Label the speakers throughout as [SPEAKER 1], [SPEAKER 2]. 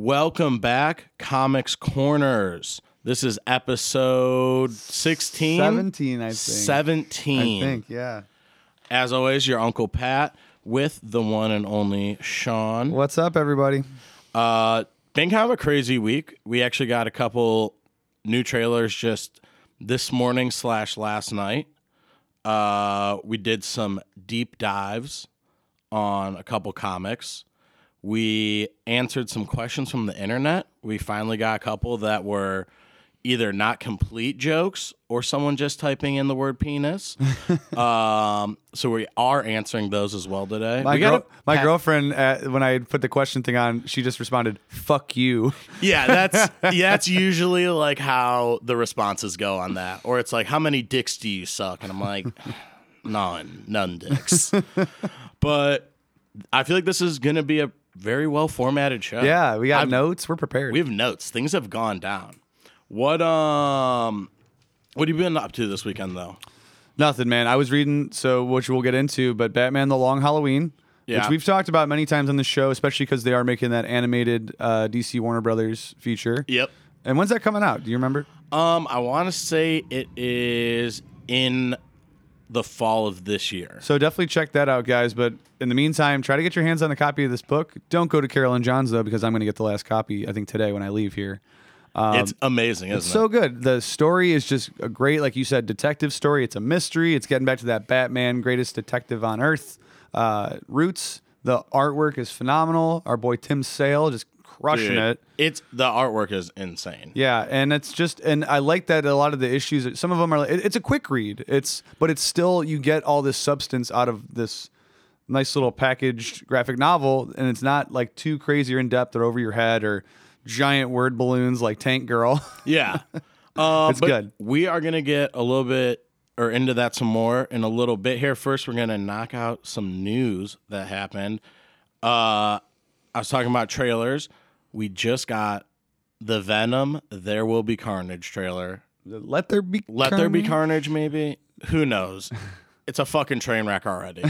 [SPEAKER 1] Welcome back, Comics Corners. This is episode 16.
[SPEAKER 2] 17, I think.
[SPEAKER 1] 17.
[SPEAKER 2] I think, yeah.
[SPEAKER 1] As always, your Uncle Pat with the one and only Sean.
[SPEAKER 2] What's up, everybody?
[SPEAKER 1] Uh, been kind of a crazy week. We actually got a couple new trailers just this morning slash last night. Uh, we did some deep dives on a couple comics. We answered some questions from the internet. We finally got a couple that were either not complete jokes or someone just typing in the word penis. um, so we are answering those as well today.
[SPEAKER 2] My,
[SPEAKER 1] we got
[SPEAKER 2] girl, my girlfriend, uh, when I put the question thing on, she just responded, fuck you.
[SPEAKER 1] Yeah, that's yeah, that's usually like how the responses go on that. Or it's like, how many dicks do you suck? And I'm like, none, none dicks. but I feel like this is gonna be a very well formatted show.
[SPEAKER 2] Yeah, we got
[SPEAKER 1] I've-
[SPEAKER 2] notes. We're prepared.
[SPEAKER 1] We have notes. Things have gone down. What um, what have you been up to this weekend though?
[SPEAKER 2] Nothing, man. I was reading, so which we'll get into, but Batman: The Long Halloween,
[SPEAKER 1] Yeah.
[SPEAKER 2] which we've talked about many times on the show, especially because they are making that animated uh, DC Warner Brothers feature.
[SPEAKER 1] Yep.
[SPEAKER 2] And when's that coming out? Do you remember?
[SPEAKER 1] Um, I want to say it is in the fall of this year.
[SPEAKER 2] So definitely check that out, guys. But in the meantime, try to get your hands on a copy of this book. Don't go to Carolyn John's though, because I'm going to get the last copy. I think today when I leave here.
[SPEAKER 1] it's amazing, isn't it?
[SPEAKER 2] So good. The story is just a great, like you said, detective story. It's a mystery. It's getting back to that Batman, greatest detective on earth uh, roots. The artwork is phenomenal. Our boy Tim Sale just crushing
[SPEAKER 1] Dude,
[SPEAKER 2] it.
[SPEAKER 1] It's the artwork is insane.
[SPEAKER 2] Yeah, and it's just, and I like that a lot of the issues. Some of them are. it- It's a quick read. It's, but it's still you get all this substance out of this nice little packaged graphic novel, and it's not like too crazy or in depth or over your head or giant word balloons like Tank Girl.
[SPEAKER 1] Yeah. Uh,
[SPEAKER 2] It's
[SPEAKER 1] but
[SPEAKER 2] good.
[SPEAKER 1] We are going to get a little bit or into that some more in a little bit here. First, we're going to knock out some news that happened. Uh, I was talking about trailers. We just got the Venom There Will Be Carnage trailer.
[SPEAKER 2] Let there be.
[SPEAKER 1] Let there be carnage,
[SPEAKER 2] carnage.
[SPEAKER 1] maybe. Who knows? It's a fucking train wreck already.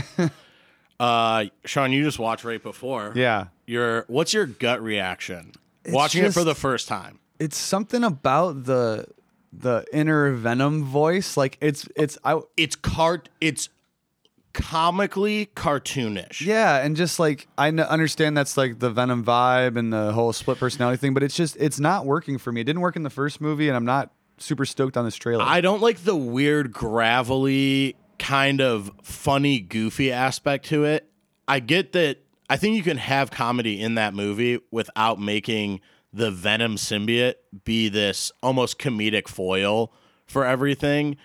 [SPEAKER 1] uh, Sean, you just watched right before.
[SPEAKER 2] Yeah.
[SPEAKER 1] Your what's your gut reaction watching it for
[SPEAKER 2] just-
[SPEAKER 1] the first time?
[SPEAKER 2] It's something about the the inner venom voice. Like it's it's I
[SPEAKER 1] it's cart it's comically cartoonish.
[SPEAKER 2] yeah, and just like I n- understand that's like the venom vibe and the whole split personality thing, but it's just it's not working for me. It didn't work in the first movie, and I'm not super stoked on this trailer.
[SPEAKER 1] I don't like the weird gravelly kind of funny goofy aspect to it. I get that I think you can have comedy in that movie without making the Venom symbiote be this almost comedic foil for everything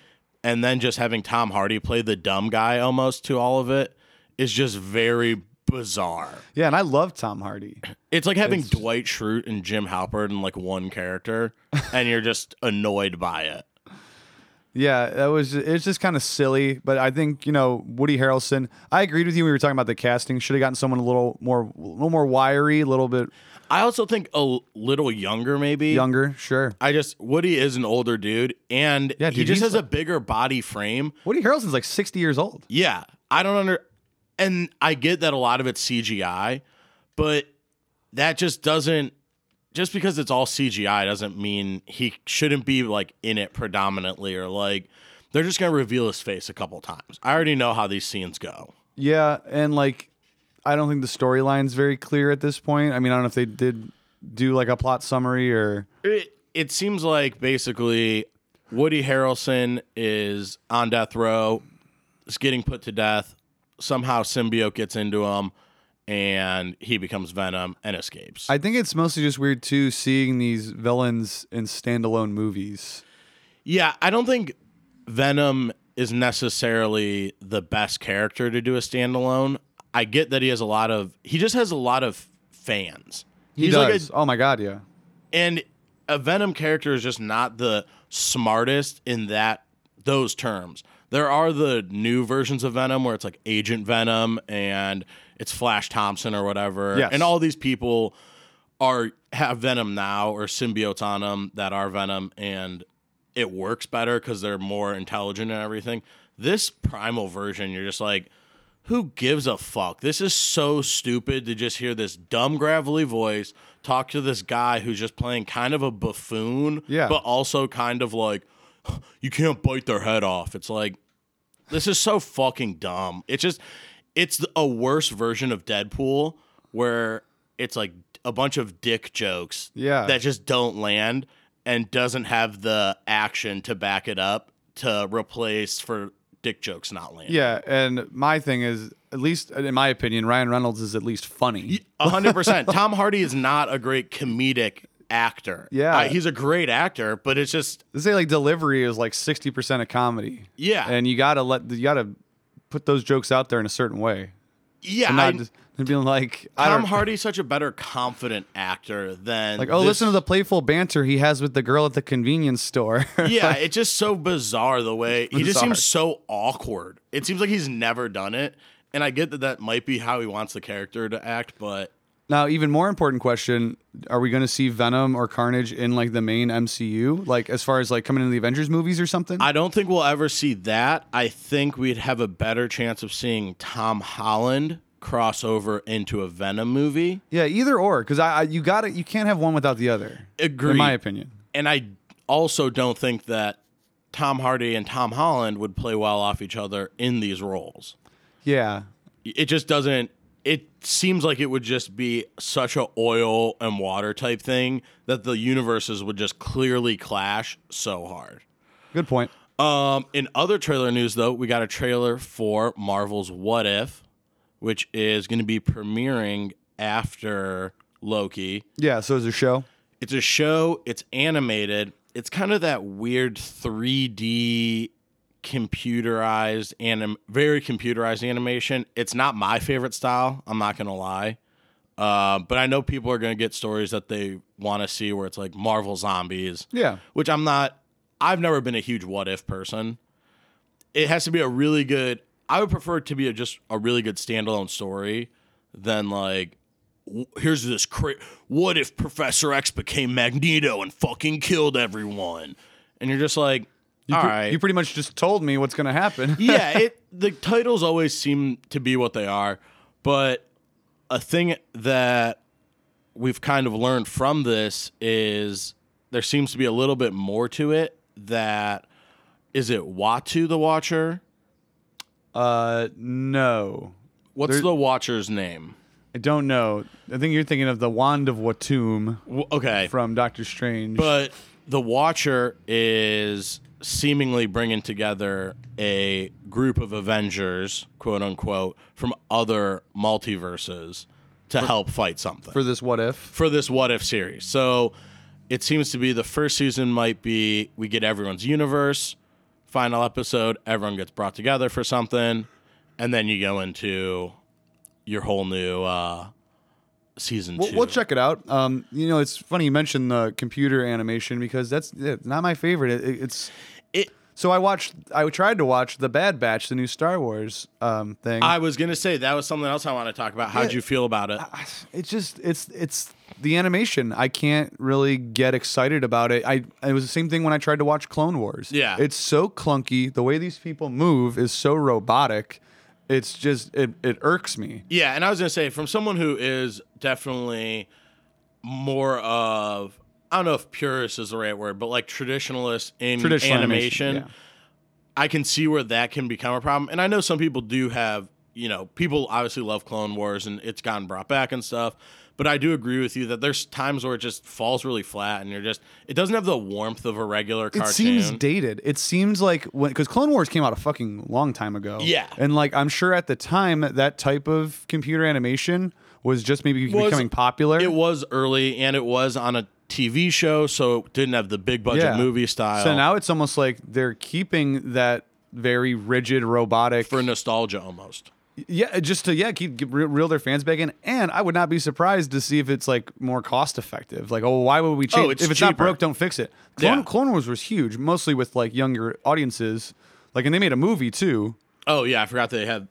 [SPEAKER 1] and then just having Tom Hardy play the dumb guy almost to all of it is just very bizarre.
[SPEAKER 2] yeah, and I love Tom Hardy.
[SPEAKER 1] It's like having Dwight Schrute and Jim Halpert in like one character, and you're just annoyed by it.
[SPEAKER 2] Yeah, that was it's just kind of silly, but I think you know Woody Harrelson. I agreed with you. when We were talking about the casting. Should have gotten someone a little more, a little more wiry, a little bit
[SPEAKER 1] I also think a l- little younger, maybe.
[SPEAKER 2] younger. Sure.
[SPEAKER 1] I just Woody is an older dude, and
[SPEAKER 2] Yeah,
[SPEAKER 1] he
[SPEAKER 2] dude,
[SPEAKER 1] just
[SPEAKER 2] he's
[SPEAKER 1] has a
[SPEAKER 2] like-
[SPEAKER 1] bigger body frame.
[SPEAKER 2] Woody Harrelson's like 60 years old.
[SPEAKER 1] Yeah, I don't under, and I get that a lot of it's CGI, but that just doesn't. Just because it's all CGI doesn't mean he shouldn't be like in it predominantly, or like they're just gonna reveal his face a couple times. I already know how these scenes go.
[SPEAKER 2] Yeah, and like I don't think the storyline's very clear at this point. I mean, I don't know if they did do like a plot summary or
[SPEAKER 1] It it seems like basically Woody Harrelson is on death row, is getting put to death. Somehow symbiote gets into him, and he becomes Venom and escapes.
[SPEAKER 2] I think it's mostly just weird too seeing these villains in standalone movies.
[SPEAKER 1] yeah, I don't think Venom is necessarily the best character to do a standalone. I get that he has a lot of he just has a lot of fans.
[SPEAKER 2] He
[SPEAKER 1] He's like a
[SPEAKER 2] does. oh my god, yeah.
[SPEAKER 1] and a Venom character is just not the smartest in that those terms. There are the new versions of Venom where it's like Agent Venom and it's Flash Thompson or whatever,
[SPEAKER 2] Yes.
[SPEAKER 1] and all these people are have Venom now or symbiotes on them that are Venom, and it works better because they're more intelligent and everything. This primal version, you're just like, who gives a fuck? This is so stupid to just hear this dumb gravelly voice talk to this guy who's just playing kind of a buffoon,
[SPEAKER 2] Yeah.
[SPEAKER 1] but also kind of like you can't bite their head off. It's like this is so fucking dumb. It's just it's a worse version of Deadpool where it's like a bunch of dick jokes
[SPEAKER 2] Yeah.
[SPEAKER 1] that just don't land and doesn't have the action to back it up to replace for dick jokes not landing.
[SPEAKER 2] Yeah, and my thing is, at least in my opinion, Ryan Reynolds is at least funny.
[SPEAKER 1] A hundred percent. Tom Hardy is not a great comedic actor.
[SPEAKER 2] Yeah.
[SPEAKER 1] Uh, he's a great actor, but it's just
[SPEAKER 2] They say like delivery is like sixty percent of comedy.
[SPEAKER 1] Yeah.
[SPEAKER 2] and you gotta let you gotta put those jokes out there in a certain way.
[SPEAKER 1] yeah.
[SPEAKER 2] And not
[SPEAKER 1] I-
[SPEAKER 2] just and being like, I
[SPEAKER 1] Tom
[SPEAKER 2] don't,
[SPEAKER 1] Hardy's such a better confident actor than
[SPEAKER 2] like, oh,
[SPEAKER 1] this-
[SPEAKER 2] listen to the playful banter he has with the girl at the convenience store.
[SPEAKER 1] yeah. It's just so bizarre the way he just
[SPEAKER 2] Bizarre.
[SPEAKER 1] seems so awkward. It seems like he's never done it, and I get that that might be how he wants the character to act, but
[SPEAKER 2] now, even more important question: Are we gonna see Venom or Carnage in like the main MCU? Like, as far as like coming into the Avengers movies or something?
[SPEAKER 1] I don't think we'll ever see that. I think we'd have a better chance of seeing Tom Holland cross over into a Venom movie.
[SPEAKER 2] yeah, either or, because I, I you gotta you can't have one without the other.
[SPEAKER 1] Agreed.
[SPEAKER 2] In my opinion.
[SPEAKER 1] and I also don't think that Tom Hardy and Tom Holland would play well off each other in these roles.
[SPEAKER 2] Yeah.
[SPEAKER 1] It just doesn't. It seems like it would just be such a oil and water type thing that the universes would just clearly clash so hard.
[SPEAKER 2] Good point.
[SPEAKER 1] Um, in other trailer news, though, we got a trailer for Marvel's What If, which is going to be premiering after Loki.
[SPEAKER 2] Yeah, so is the show.
[SPEAKER 1] It's a show, it's animated. It's kind of that weird 3D computerized anim very computerized animation. It's not my favorite style, I'm not going to lie. Uh, but I know people are going to get stories that they want to see where it's like Marvel zombies.
[SPEAKER 2] Yeah.
[SPEAKER 1] Which I'm not I've never been a huge what if person. It has to be a really good I would prefer it to be a, just a really good standalone story than like w- here's this cra- what if Professor X became Magneto and fucking killed everyone? And you're just like, all
[SPEAKER 2] Pre-
[SPEAKER 1] right.
[SPEAKER 2] You pretty much just told me what's going to happen.
[SPEAKER 1] yeah, it the titles always seem to be what they are, but a thing that we've kind of learned from this is there seems to be a little bit more to it that is it Watu the Watcher?
[SPEAKER 2] Uh, no.
[SPEAKER 1] What's the Watcher's name?
[SPEAKER 2] I don't know. I think you're thinking of the Wand of Watum
[SPEAKER 1] W- Okay.
[SPEAKER 2] from Doctor Strange.
[SPEAKER 1] But the Watcher is seemingly bringing together a group of Avengers, quote unquote, from other multiverses to help fight something.
[SPEAKER 2] for this what if?
[SPEAKER 1] for this what if series. So it seems to be the first season might be we get everyone's universe, final episode, everyone gets brought together for something, and then you go into your whole new uh season
[SPEAKER 2] We'll,
[SPEAKER 1] 2
[SPEAKER 2] we'll check it out. Um, you know, it's funny you mentioned the computer animation because that's yeah, not my favorite. It, it- it's
[SPEAKER 1] It-
[SPEAKER 2] so I watched. I tried to watch the Bad Batch, the new Star Wars um thing.
[SPEAKER 1] I was gonna say that was something else I want to talk about. How'd
[SPEAKER 2] Yeah.
[SPEAKER 1] you feel about it?
[SPEAKER 2] it's just it's it's the animation. I can't really get excited about it. I it was the same thing when I tried to watch Clone Wars.
[SPEAKER 1] Yeah.
[SPEAKER 2] it's so clunky. The way these people move is so robotic. It's just it it irks me.
[SPEAKER 1] Yeah, and I was gonna say from someone who is definitely more of I don't know if purist is the right word, but like traditionalist in
[SPEAKER 2] Traditional
[SPEAKER 1] animation,
[SPEAKER 2] animation,
[SPEAKER 1] I can see where that can become a problem. And I know some people do have, you know, people obviously love Clone Wars and it's gotten brought back and stuff. But I do agree with you that there's times where it just falls really flat and you're just it doesn't have the warmth of a regular
[SPEAKER 2] It
[SPEAKER 1] cartoon.
[SPEAKER 2] seems dated. It seems like when because Clone Wars came out a fucking long time ago.
[SPEAKER 1] Yeah.
[SPEAKER 2] and like I'm sure at the time that that type of computer animation was just maybe
[SPEAKER 1] Was-
[SPEAKER 2] becoming popular.
[SPEAKER 1] it was early and it was on a TV show, so it didn't have the big budget movie style.
[SPEAKER 2] So now it's almost like they're keeping that very rigid robotic
[SPEAKER 1] for nostalgia almost.
[SPEAKER 2] Yeah, uh, just to yeah keep get- re- reel their fans back in, and I would not be surprised to see if it's like more cost effective. Like, oh, why would we change?
[SPEAKER 1] Oh, it's
[SPEAKER 2] if it's not
[SPEAKER 1] cheaper.
[SPEAKER 2] broke, don't fix it. Clone,
[SPEAKER 1] Yeah.
[SPEAKER 2] Clone Wars was huge, mostly with like younger audiences. Like, and they made a movie too.
[SPEAKER 1] Oh yeah, I forgot they had.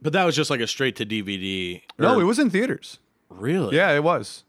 [SPEAKER 1] But that was just like a straight to DVD.
[SPEAKER 2] No,
[SPEAKER 1] Or-
[SPEAKER 2] it was in theaters.
[SPEAKER 1] really.
[SPEAKER 2] Yeah, it was.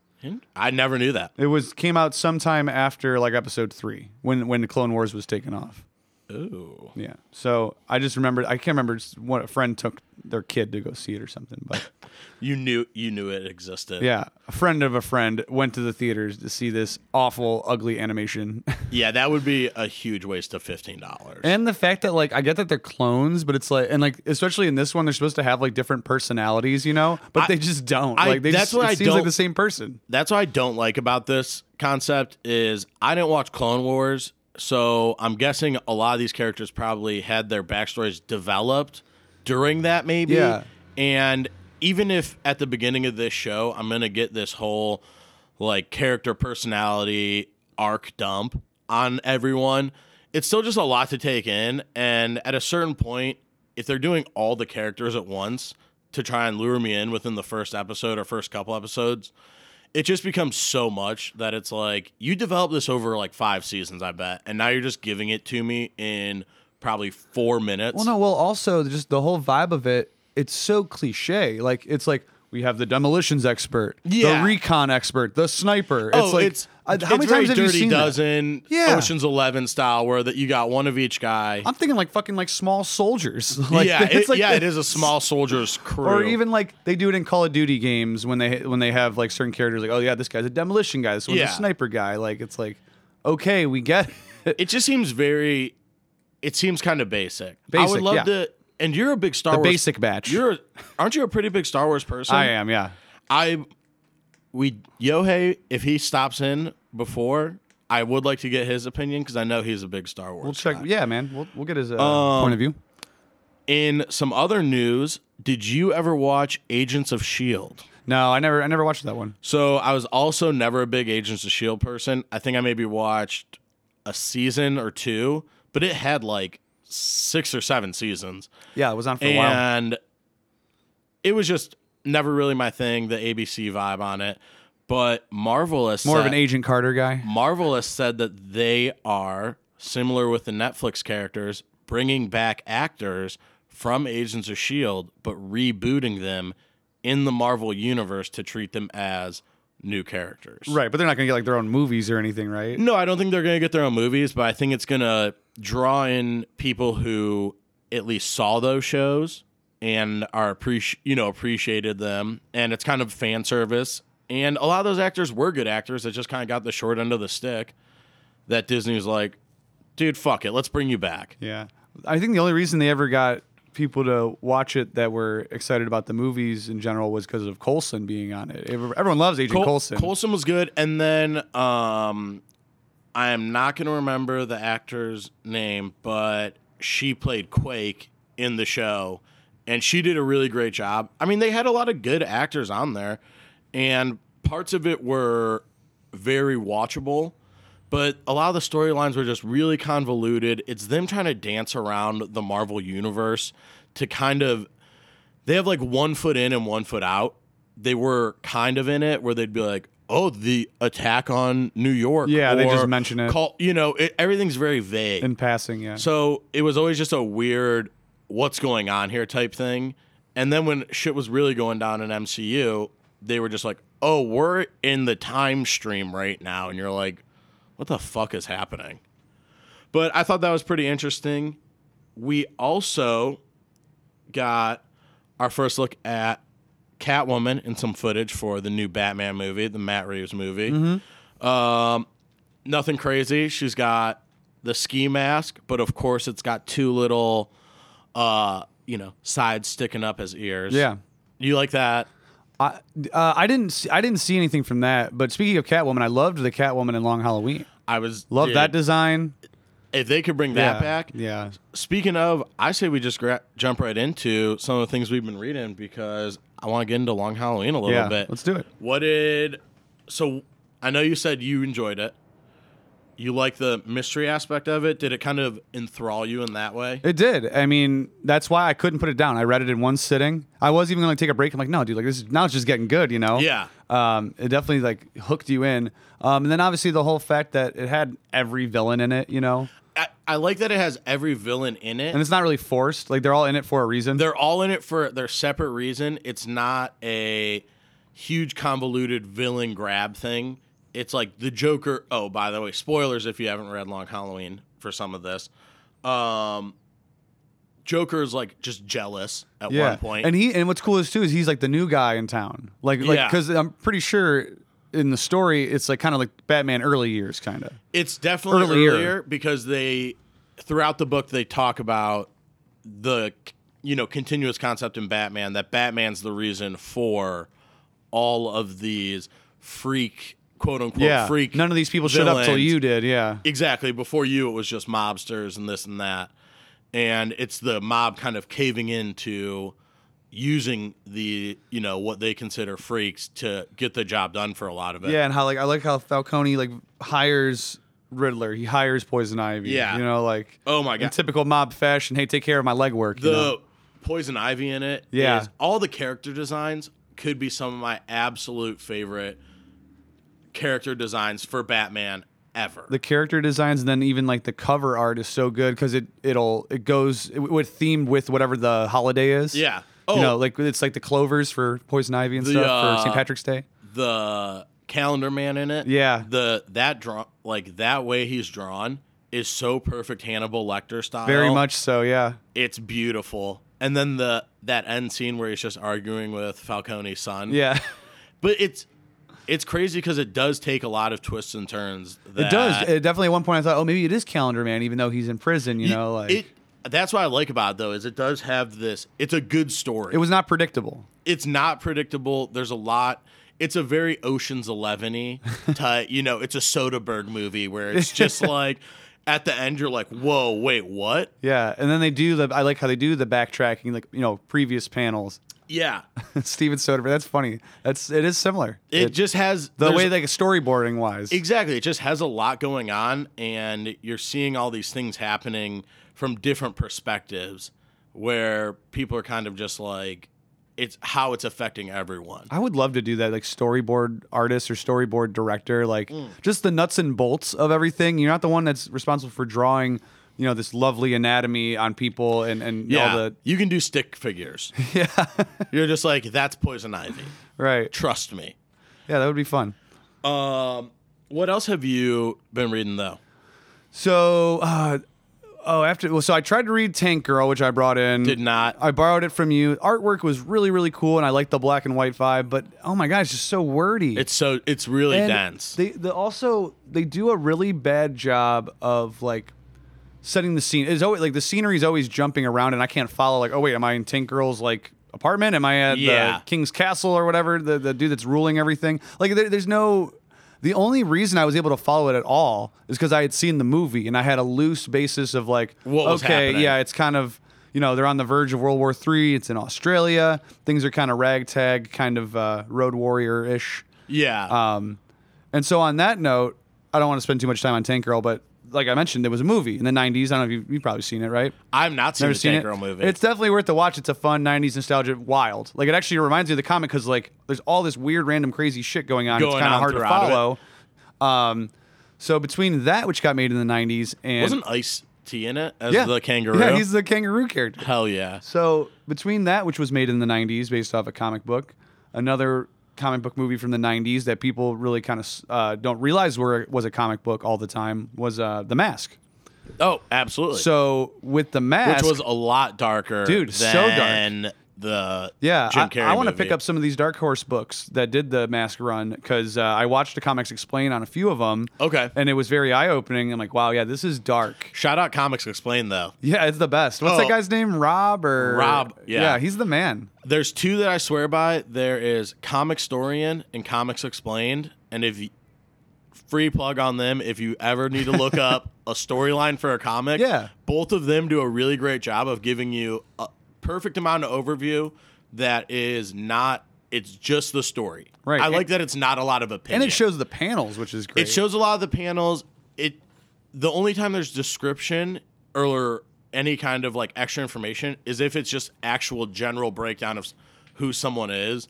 [SPEAKER 1] I never knew that.
[SPEAKER 2] It was came out sometime after like episode three when when the Clone Wars was taken off.
[SPEAKER 1] Ooh.
[SPEAKER 2] Yeah. So I just remembered. I can't remember just what a friend took their kid to go see it or something. But
[SPEAKER 1] You knew you knew it existed.
[SPEAKER 2] yeah, a friend of a friend went to the theaters to see this awful, ugly animation.
[SPEAKER 1] Yeah, that would be a huge waste of fifteen dollars.
[SPEAKER 2] and the fact that like I get that they're clones, but it's like and like especially in this one, they're supposed to have like different personalities, you know? But they just don't.
[SPEAKER 1] I-
[SPEAKER 2] like they
[SPEAKER 1] that's
[SPEAKER 2] just
[SPEAKER 1] what
[SPEAKER 2] it
[SPEAKER 1] I
[SPEAKER 2] seems like
[SPEAKER 1] don't-
[SPEAKER 2] the same person.
[SPEAKER 1] That's what I don't like about this concept is I didn't watch Clone Wars, so I'm guessing a lot of these characters probably had their backstories developed during that maybe.
[SPEAKER 2] Yeah.
[SPEAKER 1] And even if at the beginning of this show I'm gonna get this whole like character personality arc dump on everyone, it's still just a lot to take in. And at a certain point, if they're doing all the characters at once to try and lure me in within the first episode or first couple episodes, it just becomes so much that it's like you developed this over like five seasons, I bet, and now you're just giving it to me in probably four minutes.
[SPEAKER 2] Well, no. Well, also just the whole vibe of it. It's so cliche. Like it's like we have the demolitions expert,
[SPEAKER 1] Yeah.
[SPEAKER 2] the recon expert, the sniper.
[SPEAKER 1] Oh,
[SPEAKER 2] it's like
[SPEAKER 1] it's
[SPEAKER 2] I- how
[SPEAKER 1] it's
[SPEAKER 2] many
[SPEAKER 1] very
[SPEAKER 2] times have you
[SPEAKER 1] Dirty
[SPEAKER 2] seen that?
[SPEAKER 1] Dozen,
[SPEAKER 2] Yeah.
[SPEAKER 1] Ocean's Eleven style, where that you got one of each guy.
[SPEAKER 2] I'm thinking like fucking like small soldiers. like,
[SPEAKER 1] yeah, it,
[SPEAKER 2] it's like
[SPEAKER 1] yeah,
[SPEAKER 2] the-
[SPEAKER 1] it is a small soldier's crew.
[SPEAKER 2] Or even like they do it in Call of Duty games when they when they have like certain characters like oh yeah this guy's a demolition guy this one's
[SPEAKER 1] Yeah.
[SPEAKER 2] a sniper guy like it's like okay we get it.
[SPEAKER 1] it just seems very. It seems kind of basic. I
[SPEAKER 2] Basic,
[SPEAKER 1] would love
[SPEAKER 2] yeah.
[SPEAKER 1] to. And you're a big Star
[SPEAKER 2] The
[SPEAKER 1] Wars.
[SPEAKER 2] basic batch.
[SPEAKER 1] You're a- aren't you a pretty big Star Wars person?
[SPEAKER 2] I am yeah
[SPEAKER 1] I we Yohei if he stops in before, I would like to get his opinion because I know he's a big Star Wars.
[SPEAKER 2] we'll check
[SPEAKER 1] guy.
[SPEAKER 2] yeah man we'll we'll get his uh,
[SPEAKER 1] Um,
[SPEAKER 2] point of view
[SPEAKER 1] In some other news, did you ever watch Agents of Shield?
[SPEAKER 2] no I never I never watched that one
[SPEAKER 1] So I was also never a big Agents of Shield person. I think I maybe watched a season or two, but it had like six or seven seasons.
[SPEAKER 2] yeah it was on for a while
[SPEAKER 1] and it was just never really my thing, the ABC vibe on it. But Marvelous
[SPEAKER 2] more of
[SPEAKER 1] said-
[SPEAKER 2] an Agent Carter guy
[SPEAKER 1] Marvelous said that they are similar with the Netflix characters, bringing back actors from Agents of Shield, E but rebooting them in the Marvel universe to treat them as new characters.
[SPEAKER 2] right but they're not gonna get like their own movies or anything right
[SPEAKER 1] No, I don't think they're going to get their own movies, but I think it's going to draw in people who at least saw those shows and are appreci- you know appreciated them, and it's kind of fan service. And a lot of those actors were good actors that just kind of got the short end of the stick. That Disney was like, dude, fuck it, let's bring you back.
[SPEAKER 2] Yeah. I think the only reason they ever got people to watch it that were excited about the movies in general was because of Colson being on it. Ev- Everyone loves Agent
[SPEAKER 1] Col-
[SPEAKER 2] Colson.
[SPEAKER 1] Coulson was good, and then um, I am not going to remember the actor's name, but she played Quake in the show, and she did a really great job. I mean, they had a lot of good actors on there, and parts of it were very watchable. But a lot of the storylines were just really convoluted. It's them trying to dance around the Marvel universe to kind of they have like one foot in and one foot out. They were kind of in it where they'd be like, "Oh, the attack on New York."
[SPEAKER 2] Yeah, they just
[SPEAKER 1] or
[SPEAKER 2] mention it.
[SPEAKER 1] Call, you know, it, everything's very vague.
[SPEAKER 2] in passing, yeah.
[SPEAKER 1] so it was always just a weird, "What's going on here?" type thing. And then when shit was really going down in MCU, they were just like, "Oh, we're in the time stream right now," and you're like, "What the fuck is happening?" But I thought that was pretty interesting. We also got our first look at Catwoman and some footage for the new Batman movie, the Matt Reeves movie.
[SPEAKER 2] Mm-hmm.
[SPEAKER 1] Um, nothing crazy. She's got the ski mask, but of course, it's got two little, uh, you know, sides sticking up as ears.
[SPEAKER 2] yeah.
[SPEAKER 1] you like that?
[SPEAKER 2] I uh, I didn't see, I didn't see anything from that, but speaking of Catwoman, I loved the Catwoman in Long Halloween.
[SPEAKER 1] I was
[SPEAKER 2] Love
[SPEAKER 1] dude,
[SPEAKER 2] that design.
[SPEAKER 1] If they could bring that
[SPEAKER 2] yeah.
[SPEAKER 1] back,
[SPEAKER 2] Yeah.
[SPEAKER 1] Speaking of, I say we just gra- jump right into some of the things we've been reading because I want to get into Long Halloween a little
[SPEAKER 2] Yeah,
[SPEAKER 1] bit.
[SPEAKER 2] let's do it.
[SPEAKER 1] What did so? I know you said you enjoyed it. You like the mystery aspect of it. Did it kind of enthrall you in that way?
[SPEAKER 2] It did. I mean, that's why I couldn't put it down. I read it in one sitting. I was even going to take a break. I'm like, no, dude, like this is, now it's just getting good, you know?
[SPEAKER 1] Yeah.
[SPEAKER 2] Um, it definitely like hooked you in. Um, and then obviously the whole fact that it had every villain in it, you know,
[SPEAKER 1] I, I like that it has every villain in it.
[SPEAKER 2] and it's not really forced. Like they're all in it for a reason.
[SPEAKER 1] They're all in it for their separate reason. It's not a huge convoluted villain grab thing. It's like the Joker. Oh, by the way, spoilers if you haven't read Long Halloween for some of this. Um, Joker's like just jealous at
[SPEAKER 2] yeah.
[SPEAKER 1] one point.
[SPEAKER 2] And he and what's cool is too is he's like the new guy in town. Like like
[SPEAKER 1] Yeah.
[SPEAKER 2] because I'm pretty sure in the story it's like kind of like Batman early years kind of.
[SPEAKER 1] It's definitely
[SPEAKER 2] Earlier.
[SPEAKER 1] earlier. because they throughout the book they talk about the you know continuous concept in Batman that Batman's the reason for all of these freak quote unquote
[SPEAKER 2] Yeah.
[SPEAKER 1] freak
[SPEAKER 2] None of these people showed up till
[SPEAKER 1] villains.
[SPEAKER 2] you did. Yeah.
[SPEAKER 1] Exactly. Before you, it was just mobsters and this and that. And it's the mob kind of caving into using the, you know, what they consider freaks to get the job done for a lot of it.
[SPEAKER 2] Yeah, and how like I like how Falcone like hires Riddler. He hires Poison Ivy.
[SPEAKER 1] Yeah.
[SPEAKER 2] You know, like
[SPEAKER 1] Oh my
[SPEAKER 2] in
[SPEAKER 1] God.
[SPEAKER 2] typical mob fashion. Hey, take care of my legwork.
[SPEAKER 1] the
[SPEAKER 2] you know?
[SPEAKER 1] poison ivy in it.
[SPEAKER 2] Yeah.
[SPEAKER 1] is- all the character designs could be some of my absolute favorite character designs for Batman ever.
[SPEAKER 2] the character designs and then even like the cover art is so good because it it'll it goes it, w- it's themed with whatever the holiday is.
[SPEAKER 1] Yeah.
[SPEAKER 2] you know,
[SPEAKER 1] Oh.
[SPEAKER 2] like it's like the clovers for Poison Ivy and
[SPEAKER 1] The,
[SPEAKER 2] stuff for
[SPEAKER 1] uh,
[SPEAKER 2] St. Patrick's Day.
[SPEAKER 1] the calendar man in it.
[SPEAKER 2] Yeah.
[SPEAKER 1] The that draw like that way he's drawn is so perfect Hannibal Lecter style.
[SPEAKER 2] Very much so, yeah.
[SPEAKER 1] It's beautiful. And then the that end scene where he's just arguing with Falcone's son.
[SPEAKER 2] Yeah.
[SPEAKER 1] But it's it's crazy because it does take a lot of twists and turns.
[SPEAKER 2] It does.
[SPEAKER 1] that-
[SPEAKER 2] It definitely at one point I thought, oh, maybe it is Calendar Man, even though he's in prison, you know, like
[SPEAKER 1] it. That's what I like about it, though is it does have this. It's a good story.
[SPEAKER 2] it was not predictable.
[SPEAKER 1] it's not predictable. There's a lot. It's a very Ocean's Eleven y type. You know, it's a Soderbergh movie where it's just like at the end you're like, whoa, wait, what?
[SPEAKER 2] Yeah, and then they do the. I like how they do the backtracking, like you know, previous panels.
[SPEAKER 1] Yeah,
[SPEAKER 2] Steven Soderbergh. That's funny. That's it is similar.
[SPEAKER 1] it, just has
[SPEAKER 2] the
[SPEAKER 1] there's-
[SPEAKER 2] way like storyboarding wise.
[SPEAKER 1] exactly. It just has a lot going on, and you're seeing all these things happening from different perspectives, where people are kind of just like, it's how it's affecting everyone.
[SPEAKER 2] I would love to do that, like storyboard artist or storyboard director, like just the nuts and bolts of everything. You're not the one that's responsible for drawing, you know, this lovely anatomy on people and and all the
[SPEAKER 1] you can do stick figures. Yeah, you're just like that's poison ivy.
[SPEAKER 2] right.
[SPEAKER 1] Trust me.
[SPEAKER 2] Yeah, that would be fun.
[SPEAKER 1] What else have you been reading though?
[SPEAKER 2] So, uh, oh, after well, so I tried to read Tank Girl, which I brought in.
[SPEAKER 1] Did not.
[SPEAKER 2] I borrowed it from you. Artwork was really really cool, and I liked the black and white vibe. But oh my god, it's just so wordy.
[SPEAKER 1] It's so it's really
[SPEAKER 2] And
[SPEAKER 1] dense.
[SPEAKER 2] They, they also they do a really bad job of like setting the scene. It's always like the scenery is always jumping around, and I can't follow. Like, oh wait, am I in Tank Girl's like apartment? Am I at
[SPEAKER 1] Yeah.
[SPEAKER 2] the King's Castle or whatever? The the dude that's ruling everything. Like, there, there's no. The only reason I was able to follow it at all is because I had seen the movie and I had a loose basis of like,
[SPEAKER 1] What was
[SPEAKER 2] okay,
[SPEAKER 1] happening.
[SPEAKER 2] yeah, it's kind of you know they're on the verge of World War Three. It's in Australia. Things are kind of ragtag, kind of uh, road warrior ish.
[SPEAKER 1] yeah.
[SPEAKER 2] Um, and so on that note, I don't want to spend too much time on Tank Girl, but like I mentioned, there was a movie in the '90s. I don't know if you've, you've probably seen it, right?
[SPEAKER 1] I've not seen
[SPEAKER 2] Never
[SPEAKER 1] the
[SPEAKER 2] seen
[SPEAKER 1] Tank
[SPEAKER 2] it.
[SPEAKER 1] Girl movie.
[SPEAKER 2] It's definitely worth the watch. It's a fun '90s nostalgia, wild. Like it actually reminds me of the comic because like there's all this weird, random, crazy shit going on. it's
[SPEAKER 1] Going
[SPEAKER 2] kind of
[SPEAKER 1] on
[SPEAKER 2] hard to
[SPEAKER 1] throughout it.
[SPEAKER 2] follow. Um, so between that, which got made in the '90s, and
[SPEAKER 1] Wasn't Ice T in it as
[SPEAKER 2] yeah,
[SPEAKER 1] the kangaroo?
[SPEAKER 2] yeah, he's the kangaroo character.
[SPEAKER 1] Hell yeah.
[SPEAKER 2] So between that, which was made in the '90s based off a comic book, another comic book movie from the '90s that people really kind of uh, don't realize were was a comic book all the time was uh, The Mask.
[SPEAKER 1] Oh, absolutely.
[SPEAKER 2] So with The Mask,
[SPEAKER 1] Which was a lot darker
[SPEAKER 2] Dude, so dark.
[SPEAKER 1] than the
[SPEAKER 2] yeah,
[SPEAKER 1] Jim
[SPEAKER 2] I-
[SPEAKER 1] Carrey
[SPEAKER 2] I, want to
[SPEAKER 1] movie.
[SPEAKER 2] pick up some of these Dark Horse books that did The Mask run because uh, I watched the comics explain on a few of them.
[SPEAKER 1] Okay.
[SPEAKER 2] and it was very eye opening. I'm like, wow, yeah, this is dark.
[SPEAKER 1] Shout out Comics Explained though.
[SPEAKER 2] Yeah, it's the best. What's that
[SPEAKER 1] Oh.
[SPEAKER 2] guy's name? Rob or
[SPEAKER 1] Rob, yeah.
[SPEAKER 2] yeah, he's the man.
[SPEAKER 1] There's two that I swear by. There is Comicstorian and Comics Explained. And if you, free plug on them, if you ever need to look up a storyline for a comic,
[SPEAKER 2] Yeah.
[SPEAKER 1] both of them do a really great job of giving you a perfect amount of overview that is not. It's just the story.
[SPEAKER 2] Right.
[SPEAKER 1] I like that it's not a lot of opinion.
[SPEAKER 2] And it shows the panels, which is great.
[SPEAKER 1] It shows a lot of the panels. It the only time there's description or any kind of like extra information is if it's just actual general breakdown of s- who someone is.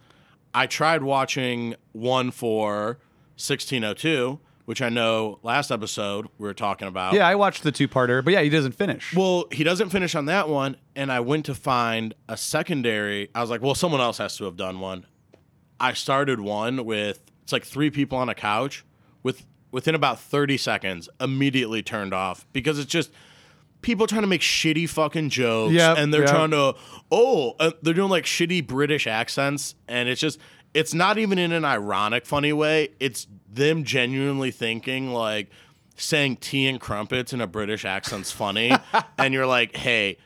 [SPEAKER 1] I tried watching one for 1602, which I know last episode we were talking about.
[SPEAKER 2] Yeah, I watched the two parter, but yeah, he doesn't finish.
[SPEAKER 1] Well, he doesn't finish on that one, and I went to find a secondary. I was like, well, someone else has to have done one. I started one with it's like three people on a couch with within about 30 seconds immediately turned off because it's just people trying to make shitty fucking jokes
[SPEAKER 2] Yep,
[SPEAKER 1] and they're
[SPEAKER 2] yep.
[SPEAKER 1] trying to oh uh, they're doing like shitty british accents and it's just it's not even in an ironic funny way it's them genuinely thinking like saying tea and crumpets in a british accent's funny and you're like hey